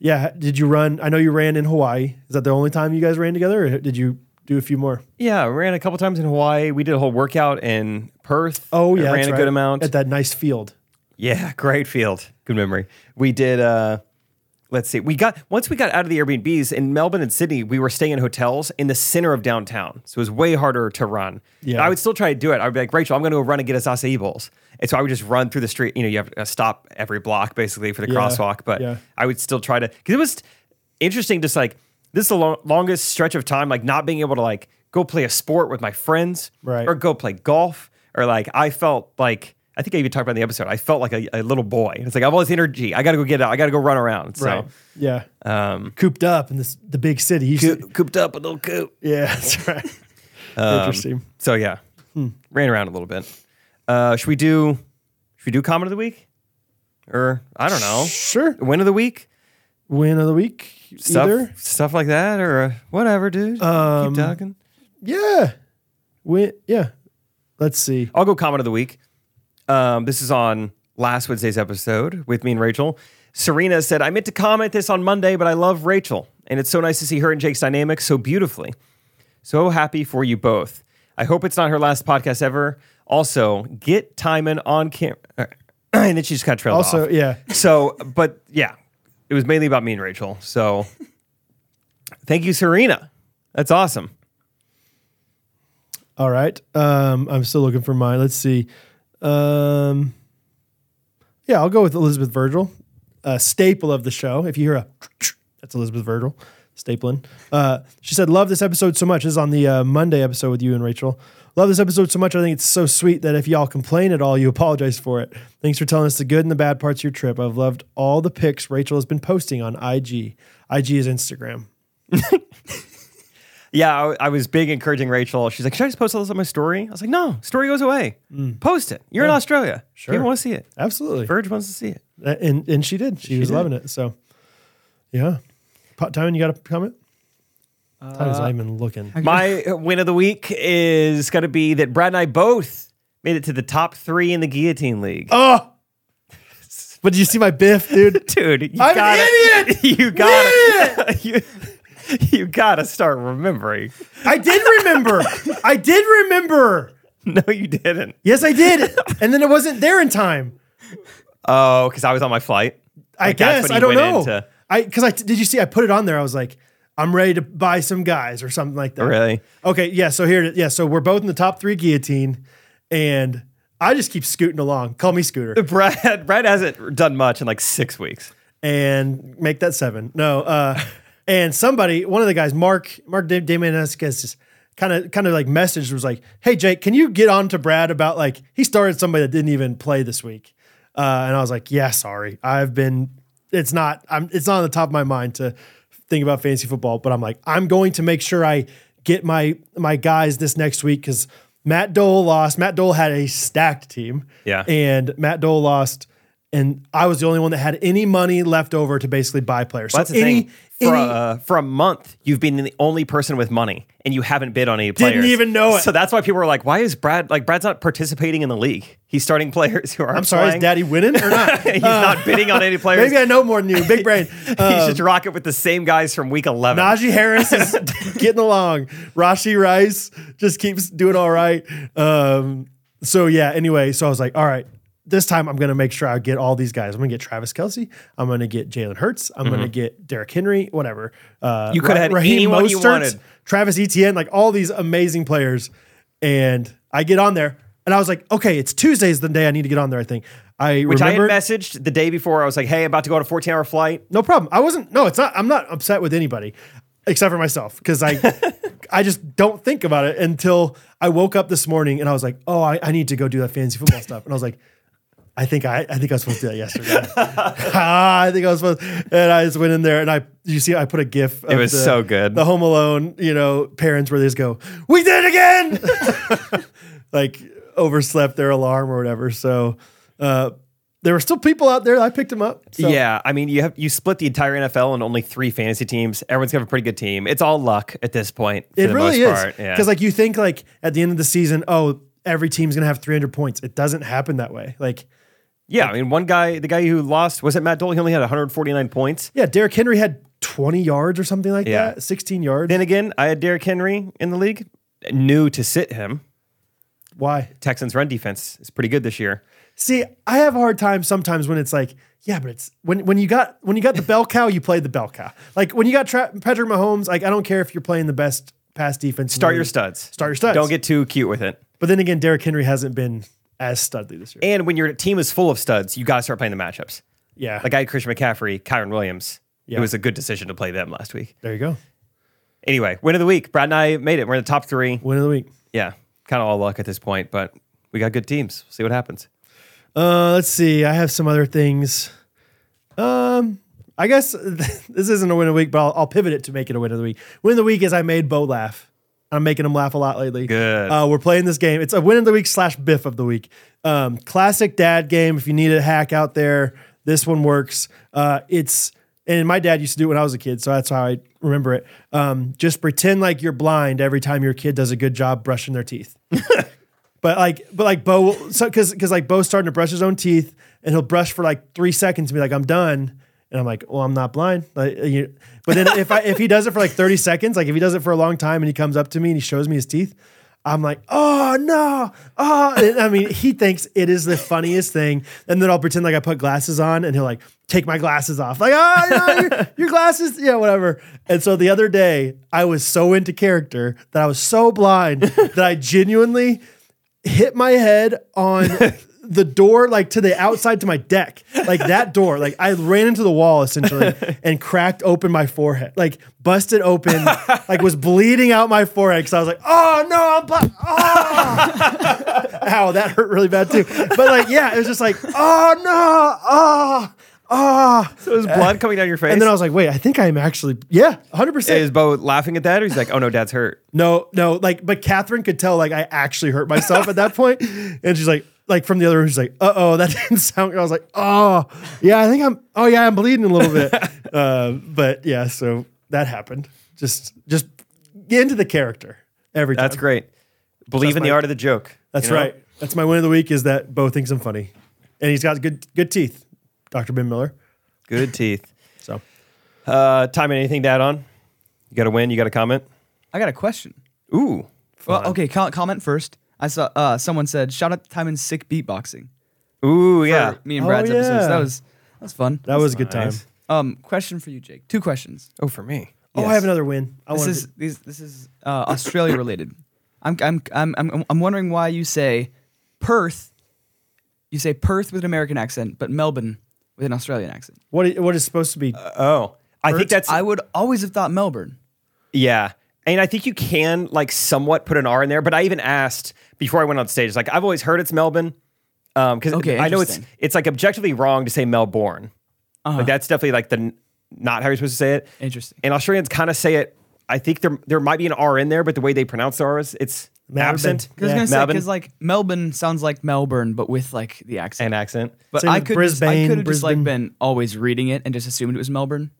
A: yeah. Did you run? I know you ran in Hawaii. Is that the only time you guys ran together, or did you do a few more?
B: Yeah, we ran a couple times in Hawaii. We did a whole workout in Perth.
A: Oh yeah,
B: ran
A: that's
B: a
A: right.
B: good amount.
A: at that nice field.
B: yeah, great field. Good memory. We did. uh Let's see. We got once we got out of the Airbnbs in Melbourne and Sydney, we were staying in hotels in the center of downtown, so it was way harder to run.
A: Yeah.
B: And I would still try to do it. I'd be like, Rachel, I'm going to go run and get us acai bowls, and so I would just run through the street. You know, you have to stop every block basically for the crosswalk, but
A: yeah.
B: I would still try to because it was interesting. Just like this is the lo- longest stretch of time, like not being able to like go play a sport with my friends,
A: Right.
B: Or go play golf, or like I felt like I think I even talked about in the episode. I felt like a, a little boy. It's like I have all this energy. I got to go get out. I got to go run around. So um,
A: Yeah. cooped up in this the big city. You should-
B: coo- cooped up a little coop.
A: yeah, that's right.
B: Um,
A: Interesting.
B: So yeah,
A: Hmm.
B: ran around a little bit. Uh, should we do? Should we do comment of the week? Or I don't know,
A: Sure.
B: win of the week,
A: Win of the week.
B: stuff,
A: Either.
B: stuff like that, or uh, whatever, dude. Um, Keep talking.
A: Yeah. Win. Yeah. Let's see.
B: I'll go comment of the week. Um, this is on last Wednesday's episode with me and Rachel. Serena said, I meant to comment this on Monday, but I love Rachel. And it's so nice to see her and Jake's dynamic so beautifully. So happy for you both. I hope it's not her last podcast ever. Also, get Timon on camera. And then she just kind of trailed off.
A: Also, yeah.
B: So, but yeah, it was mainly about me and Rachel. So, thank you, Serena. That's awesome.
A: All right. Um, I'm still looking for mine. Let's see. Um, yeah, I'll go with Elizabeth Virgil, a staple of the show. If you hear a, that's Elizabeth Virgil stapling. Uh, she said, "Love this episode so much." This is on the uh, Monday episode with you and Rachel. Love this episode so much. I think it's so sweet that if y'all complain at all, you apologize for it. Thanks for telling us the good and the bad parts of your trip. I've loved all the pics Rachel has been posting on IG. IG is Instagram.
B: Yeah, I, I was big encouraging Rachel. She's like, "Should I just post all this on my story?" I was like, "No, story goes away. Post it. You're in Australia. Hmm. Sure, people want to see it.
A: Absolutely.
B: Verge wants to see it."
A: Uh, and and she did. She, was loving it. So, yeah. Pa- Timon, you got a comment? Timon's not even looking.
B: My win of the week is going to be that Brad and I both made it to the top three in the guillotine league.
A: Oh, but did you see my biff, dude?
B: Dude, you
A: I'm an
B: gotta, You gotta, you, you gotta start remembering.
A: I did remember. I did remember.
B: No, you didn't.
A: Yes, I did. And then it wasn't there in time.
B: Oh, because I was on my flight.
A: I
B: Like, that's
A: guess
B: when
A: I
B: you
A: don't
B: went
A: know.
B: into-
A: I because I did you see I put it on there. I was like, I'm ready to buy some guys or something like that.
B: Really?
A: Okay. Yeah. So here. it is. Yeah. So we're both in the top three guillotine, and I just keep scooting along. Call me Scooter.
B: Brad, Brad hasn't done much in like six weeks.
A: and make that seven. No, uh, and somebody, one of the guys, Mark, Mark Da- Damanescu, has just kind of, kind of like messaged was like, "Hey Jake, can you get on to Brad about like he started somebody that didn't even play this week?" Uh, and I was like, "Yeah, sorry, I've been. It's not. I'm. It's not on the top of my mind to think about fantasy football, but I'm like, I'm going to make sure I get my my guys this next week because." Matt Dole lost. Matt Dole had a stacked team.
B: Yeah.
A: And Matt Dole lost and I was the only one that had any money left over to basically buy players. So
B: That's the
A: any,
B: thing. For,
A: any-
B: uh, for a month, you've been the only person with money, and you haven't bid on any players.
A: even know it.
B: So that's why people were like, "Why is Brad like Brad's not participating in the league? He's starting players who aren't."
A: I'm sorry,
B: playing.
A: is Daddy winning or not?
B: He's not bidding on any players.
A: Maybe I know more than you. Big brain.
B: He's
A: Uh,
B: just rocking with the same guys from week eleven.
A: Najee Harris is getting along. Rashi Rice just keeps doing all right. Um, so yeah. Anyway, so I was like, all right, this time I'm going to make sure I get all these guys. I'm going to get Travis Kelsey. I'm going to get Jalen Hurts. I'm going to get Derrick Henry. Whatever. Uh,
B: Mm-hmm. You coulda
A: Ra-
B: had anyone you wanted.
A: Travis Etienne, like all these amazing players. And I get on there, and I was like, okay, it's Tuesday's the day I need to get on there. I think. I
B: which I had
A: remembered-
B: messaged the day before. I was like, "Hey, about to go on a 14 hour flight.
A: no problem. I wasn't. No, it's not. I'm not upset with anybody, except for myself, because I, I just don't think about it until I woke up this morning and I was like, oh, I, I need to go do that fantasy football stuff, and I was like, I think I, I think I was supposed to do that yesterday. ah, I think I was supposed, and I just went in there and I, you see, I put a gif. Of
B: It was
A: the-
B: so good.
A: The Home Alone, you know, parents where they just go, we did it again. like overslept their alarm or whatever. So. uh there were still people out there. I picked them up. So.
B: Yeah, I mean, you have you split the entire NFL and only three fantasy teams. Everyone's got a pretty good team. It's all luck at this point. For
A: It
B: the
A: really
B: most
A: is
B: Part.
A: because
B: Yeah.
A: like you think like at the end of the season, oh, every team's gonna have 300 points. It doesn't happen that way. Like
B: yeah, I mean, one guy, the guy who lost, was it Matt Dole? He only had 149 points.
A: yeah, Derrick Henry had 20 yards or something like
B: Yeah.
A: that, 16 yards.
B: Then again, I had Derrick Henry in the league. New to sit him.
A: Why?
B: Texans run defense is pretty good this year.
A: See, I have a hard time sometimes when it's like, yeah, but it's when when you got when you got the bell cow, you played the bell cow. Like when you got Tra- Patrick Mahomes, like I don't care if you're playing the best pass defense. in the
B: Start your
A: league.
B: studs.
A: Start your studs.
B: Don't get too cute with it.
A: But then again, Derrick Henry hasn't been as studly this year.
B: And when your team is full of studs, you got to start playing the matchups.
A: yeah,
B: Like I had Christian McCaffrey, Kyron Williams.
A: Yeah.
B: It was a good decision to play them last week.
A: there you go.
B: Anyway, win of the week. Brad and I made it. We're in the top three.
A: Win of the week.
B: yeah, kind of all luck at this point, but we got good teams. See what happens.
A: Uh, let's see. I have some other things. Um, I guess this isn't a win of the week, but I'll, I'll pivot it to make it a win of the week. Win of the week is I made Bo laugh. I'm making him laugh a lot lately.
B: Good.
A: Uh, we're playing this game. It's a win of the week slash biff of the week. Um, classic dad game. If you need a hack out there, this one works. Uh, it's and my dad used to do it when I was a kid, so that's how I remember it. Um, just pretend like you're blind every time your kid does a good job brushing their teeth. But like, but like Bo, will- so because because like Bo's starting to brush his own teeth, and he'll brush for like three seconds and be like, "I'm done," and I'm like, "Well, I'm not blind." Like, uh, you, but then if I if he does it for like thirty seconds, like if he does it for a long time and he comes up to me and he shows me his teeth, I'm like, "Oh no, oh!" And, I mean, he thinks it is the funniest thing, and then I'll pretend like I put glasses on, and he'll like take my glasses off, like, "Oh, no, your, your glasses, yeah, whatever." And so the other day, I was so into character that I was so blind that I genuinely hit my head on the door, like to the outside to my deck, like that door. Like I ran into the wall essentially and cracked open my forehead, like busted open, like was bleeding out my forehead because I was like, oh no, I'm blind. Oh! Ow, that hurt really bad too. But like, yeah, it was just like, oh no, oh, oh.
B: So is blood coming down your face?
A: And then I was like, wait, I think I'm actually, yeah, 100%.
B: is Bo laughing at that, or he's like, "Oh no, Dad's hurt."
A: No, no, like, but Catherine could tell like I actually hurt myself at that point, and she's like, like from the other room, she's like, uh oh, that didn't sound. good." I was like, oh yeah, I think I'm. Oh yeah, I'm bleeding a little bit. uh, but yeah, so that happened. Just, just get into the character every time.
B: That's great. Believe
A: That's
B: in the
A: my-
B: art of the joke.
A: That's
B: you know?
A: right. That's my win of the week is that Bo thinks I'm funny, and he's got good, good teeth. Doctor Ben Miller.
B: Good teeth.
A: So
B: Uh, time in anything to add on? You got to win. You got to comment.
E: I got a question.
B: Ooh,
E: Well, okay, com- comment first. I saw uh, someone said, "Shout out to time and sick beatboxing."
B: oow,
E: for
B: yeah.
E: me and
A: Oh,
E: Brad's episodes.
A: yeah.
E: That was that was fun.
A: that was a good time.
B: nice.
E: Um, question for you, Jake. Two questions.
B: Oh, for me.
A: Oh, I
E: Yes.
A: have another win. I
E: This
A: wanted
E: is
A: to-
E: these, this is uh, Australia related. I'm, I'm I'm I'm I'm wondering why you say Perth. You say Perth with an American accent, but Melbourne with an Australian accent.
A: what i- what is supposed to be.
B: Oh, I think that's
E: I would always have thought Melbourne.
B: yeah. And I think you can like somewhat put an R in there. But I even asked before I went on stage. Like I've always heard it's Melbourne because
E: Okay,
B: I know it's
E: interesting. Uh-huh.
B: it's like objectively wrong to say Melbourne. Like that's definitely like the n- not how you're supposed to say it.
E: Interesting.
B: And Australians kind of say it. I think there there might be an R in there, but the way they pronounce the R's, it's
A: Melbourne.
B: absent.
A: I was
E: I
A: gonna
E: was gonna say
B: Melbourne
E: because like Melbourne sounds like Melbourne, but with like the accent.
B: and accent.
E: but
A: Same
E: I
A: with
E: could just- I
A: Brisbane,
E: could have just like
A: Brisbane.
E: been always reading it and just assumed it was Melbourne.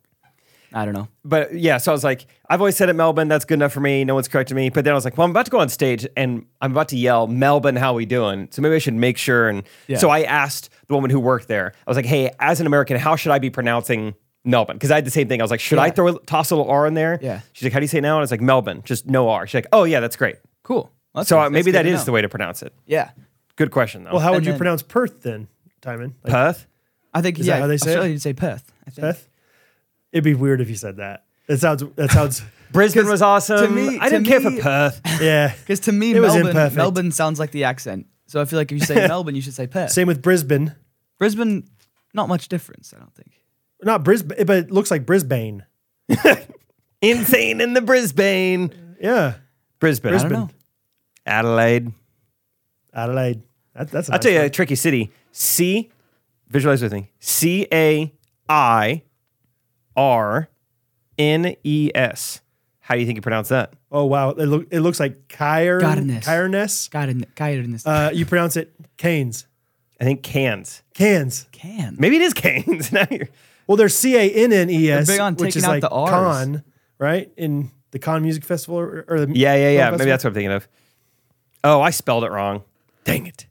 E: I don't know.
B: but yeah, so I was like, I've always said it Melbourne, that's good enough for me. No one's correcting me. But then I was like, well, I'm about to go on stage and I'm about to yell, Melbourne, how we doing? So maybe I should make sure. And
E: Yeah.
B: so I asked the woman who worked there, I was like, hey, as an American, how should I be pronouncing Melbourne? Because I had the same thing. I was like, should I
E: Yeah.
B: throw a, toss a little R in there?
E: Yeah.
B: She's like, how do you say it now? And I was like, Melbourne, just no R. She's like, oh yeah, that's great.
E: Cool. Well, that's
B: so uh
E: nice.
B: maybe
E: That's
B: that
E: good to
B: is
E: know.
B: the way to pronounce it.
E: Yeah.
B: Good question though.
A: Well, how would
E: And
A: you
E: then-
A: pronounce Perth then, Timon? Like,
B: Perth?
E: I think
A: Is that
E: yeah.
A: how they say it?
E: Australia, you'd say Perth. I think.
A: Beth? It'd be weird if you said that. It sounds. That sounds.
B: Brisbane was awesome.
E: me-
B: I
E: to
B: didn't care
E: me-
B: for Perth.
A: yeah.
E: Because to me,
A: It was
E: Melbourne,
A: imperfect.
E: Melbourne sounds like the accent. So I feel like if you say Melbourne, you should say Perth.
A: Same with Brisbane.
E: Brisbane, not much difference, I don't think.
A: Not Brisbane, but it looks like Brisbane.
B: Insane in the Brisbane.
A: Yeah.
B: Brisbane.
E: I don't know.
B: Adelaide.
A: Adelaide. That, that's. A
B: I'll
A: nice
B: tell you
A: one.
B: a tricky city. C, visualize with me. C A I R N E S. How do you think you pronounce that?
A: Oh wow. It, look, it looks like Kyre.
E: Garnes.
A: Kyreness.
E: Guy in, guy in this
A: Uh, you pronounce it Canes.
B: I think Cairns.
A: Cans.
E: can.
B: Maybe it is Cairns. now you're,
A: Well, there's C A N N E S,
E: They're big on
A: which
E: taking
A: is
E: out
A: like
E: the Rs.
A: con, right? In the Con Music Festival or, or the
B: yeah, yeah,
A: Film
B: yeah. Maybe
A: Festival?
B: that's what I'm thinking of. Oh, I spelled it wrong. Dang it.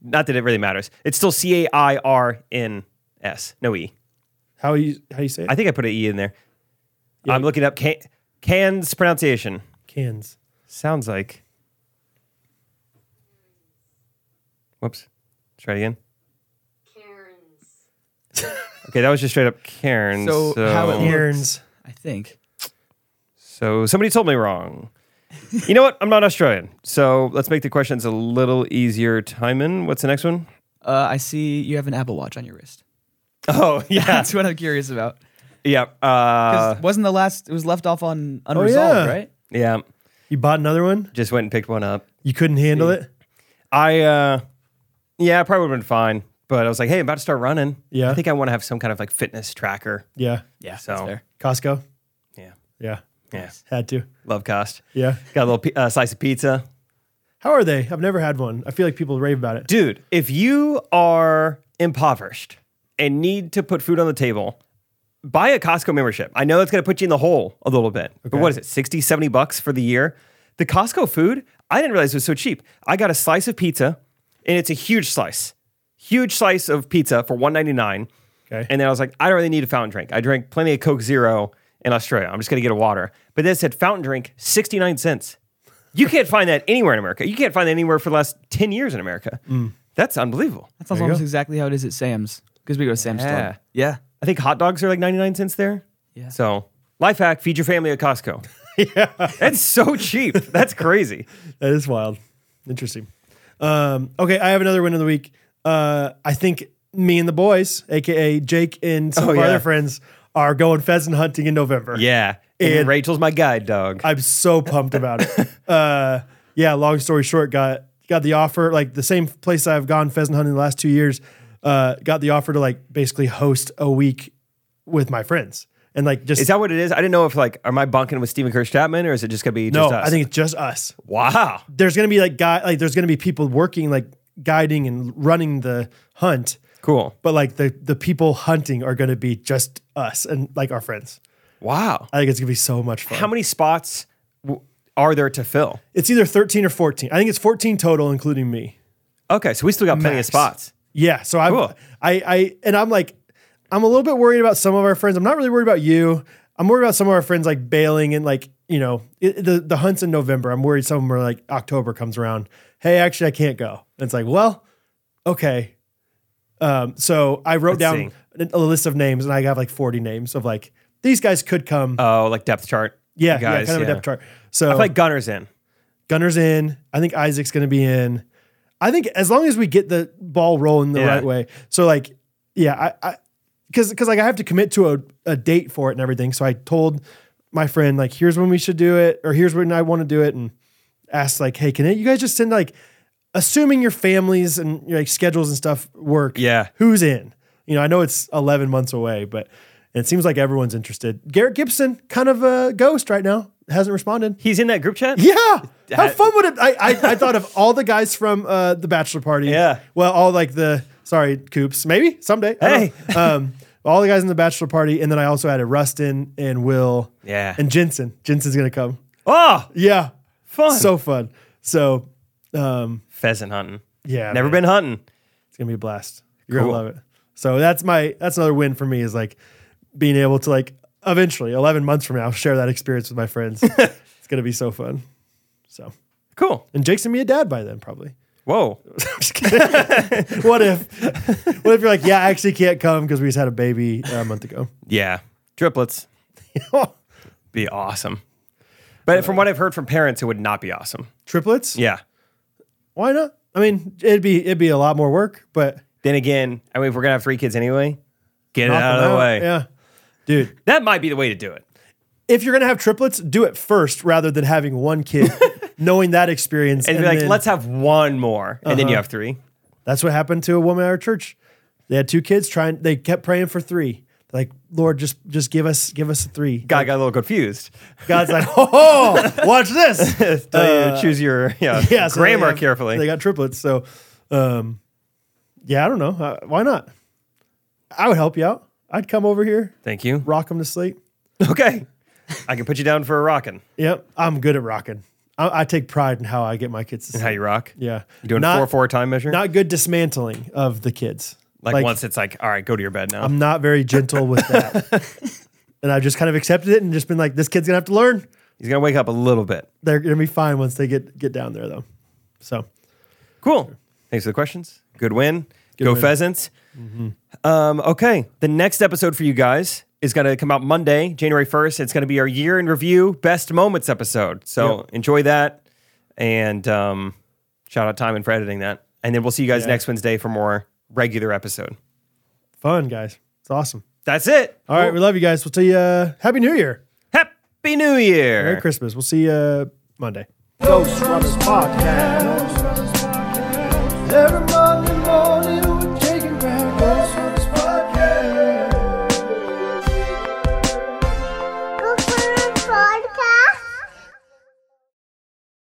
B: Not that it really matters. It's still C A I R N S. No E.
A: how you how you say it.
B: I think I put an E in there. I'm looking up Ca- Cairns pronunciation.
A: Cans.
B: Sounds like. Whoops. Try it again.
D: Karen's.
B: Okay, that was just straight up Cairns. So,
E: So, how it looks,
A: Cairns.
E: I think.
B: so somebody told me wrong. you know what? I'm not Australian. So let's make the questions a little easier. Timon, what's the next one?
E: Uh, I see you have an Apple Watch on your wrist.
B: Oh, yeah.
E: That's what I'm curious about.
B: yeah.
E: 'Cause
B: Uh,
E: wasn't the last, it was left off on unresolved,
A: Oh, yeah.
E: right?
B: yeah.
A: You bought another one.
B: Just went and picked one up.
A: You couldn't handle it.
B: I, uh, yeah, I probably would have been fine. But I was like, hey, I'm about to start running.
A: Yeah.
B: I think I want to have some kind of like fitness tracker.
A: Yeah.
E: Yeah. So.
B: So-
E: That's fair.
A: Costco.
B: Yeah.
A: Yeah.
B: Yeah.
A: Had to.
B: Love cost.
A: Yeah.
B: Got a little pi- uh, slice of pizza.
A: How are they? I've never had one. I feel like people rave about it.
B: Dude, if you are impoverished and need to put food on the table, buy a Costco membership. I know it's going to put you in the hole a little bit, but what is it, 60, 70 bucks for the year? The Costco food, I didn't realize it was so cheap. I got a slice of pizza, and it's a huge slice, huge slice of pizza for one ninety nine.
A: Okay.
B: And then I was like, I don't really need a fountain drink. I drank plenty of Coke Zero in Australia. I'm just gonna get a water. But then it said fountain drink sixty nine cents. You can't find that anywhere in America. You can't find that anywhere for the last ten years in America. Mm. That's unbelievable.
E: That sounds almost exactly how it is at Sam's because we go to Sam's
B: Yeah.
E: Club. Yeah.
B: I think hot dogs are like 99 cents there.
E: Yeah.
B: So, life hack feed your family at Costco. yeah. That's so cheap. That's crazy.
A: That is wild. Interesting. Um, okay, I have another win of the week. Uh, I think me and the boys, aka Jake and some
B: Oh,
A: of our
B: yeah.
A: other friends, are going pheasant hunting in November.
B: Yeah. And,
A: And-
B: Rachel's my guide dog.
A: I'm so pumped about it. Uh, yeah, long story short, got got the offer, like the same place I've gone pheasant hunting the last two years, uh, got the offer to like basically host a week with my friends. And like just
B: is that what it is? I didn't know if like am I bunking with Stephen Kirsch Chapman or is it just gonna be
A: no,
B: just us?
A: I think it's just us.
B: wow.
A: There's gonna be like guy like there's gonna be people working like guiding and running the hunt.
B: Cool.
A: but like the the people hunting are going to be just us and like our friends.
B: Wow.
A: I think it's going to be so much fun.
B: How many spots w- are there to fill?
A: It's either 13 or 14. I think it's 14 total including me.
B: Okay, so we still got plenty
A: Max.
B: of spots.
A: Yeah, so I
B: Cool.
A: I I and I'm like I'm a little bit worried about some of our friends. I'm not really worried about you. I'm worried about some of our friends like bailing and like, you know, it, the the hunts in November. I'm worried some of them are like October comes around. Hey, actually I can't go. And it's like, well, okay. Um, so I wrote
B: Let's
A: down a list of names and I have like 40 names of like these guys could come.
B: Oh, like depth chart.
A: Yeah,
B: guys,
A: yeah, kind of
B: yeah.
A: a depth chart. So
B: I feel like Gunner's in.
A: Gunner's in. I think Isaac's going to be in. I think as long as we get the ball rolling the
B: Yeah.
A: right way. So like, yeah, I, I, because because like I have to commit to a, a date for it and everything. So I told my friend like, here's when we should do it, or here's when I want to do it, and asked like, hey, can you guys just send like, assuming your families and your like schedules and stuff work,
B: Yeah.
A: who's in? You know, I know it's 11 months away, but it seems like everyone's interested. Garrett Gibson, kind of a ghost right now, hasn't responded.
B: He's in that group chat?
A: Yeah. How
B: That-
A: fun would it? I, I, I thought of all the guys from uh, the bachelor party.
B: Yeah.
A: Well, all like the sorry coops. Maybe someday. I don't know. um, all the guys in the bachelor party, and then I also added Rustin and Will.
B: Yeah.
A: And Jensen. Jensen's gonna come.
B: Oh,
A: Yeah.
B: fun.
A: So fun. So, um,
B: pheasant hunting.
A: yeah.
B: Never
A: man,
B: been hunting.
A: It's gonna be a blast. You're
B: Cool.
A: gonna love it. So that's my that's another win for me is like being able to like eventually 11 months from now share that experience with my friends. it's gonna be so fun. So.
B: Cool.
A: And Jake's gonna be a dad by then, probably.
B: Whoa.
A: What if? What if you're like, yeah, I actually can't come because we just had a baby uh, a month ago.
B: Yeah. Triplets. be awesome. But from what I've heard from parents, it would not be awesome.
A: Triplets?
B: Yeah.
A: Why not? I mean, it'd be it'd be a lot more work, but
B: Then again, I mean, if we're gonna have three kids anyway, get it
A: knock
B: out
A: them
B: of the way.
A: Yeah, dude.
B: That might be the way to do it.
A: If you're gonna have triplets, do it first rather than having one kid, knowing that experience.
B: And, be like,
A: then- Uh-huh.
B: let's have one more, and then you have three.
A: That's what happened to a woman at our church. They had two kids trying. They kept praying for three. They're like, Lord, just just give us give us three.
B: Guy got a little confused.
A: God's like, oh, watch this.
B: Uh, choose your yeah,
A: yeah, so they
B: grammar
A: have-
B: carefully.
A: They got triplets, so um, yeah, I don't know. Uh, why not? I would help you out. I'd come over here,
B: Thank you.
A: rock them to sleep.
B: Okay, I can put you down for a rockin'.
A: Yep, I'm good at rocking. I, I take pride in how I get my kids to
B: How
A: sleep.
B: you rock?
A: Yeah,
B: You doing
A: not,
B: a four four time measure?
A: Not good dismantling of the kids.
B: like, once it's like, all right, go to your bed now.
A: I'm not very gentle with that, and I've just kind of accepted it and just been like, this kid's gonna have to learn.
B: He's gonna wake up a little bit.
A: They're gonna be fine once they get get down there, though. So
B: Cool. Thanks for the questions. Good win.
A: win.
B: Go
A: Mm-hmm.
B: pheasants. Um, okay. The next episode for you guys is going to come out Monday, January 1st. It's going to be our year in review best moments episode. So enjoy that. And um, shout out Timon for editing that. And then we'll see you guys
A: Yeah.
B: next Wednesday for more regular episode.
A: fun, guys. It's awesome.
B: That's it.
A: All right, we love you guys. We'll tell you. Uh, Happy New Year.
B: Happy New Year.
A: Merry Christmas. We'll see you Monday.
F: Ghost Runners Podcast. Every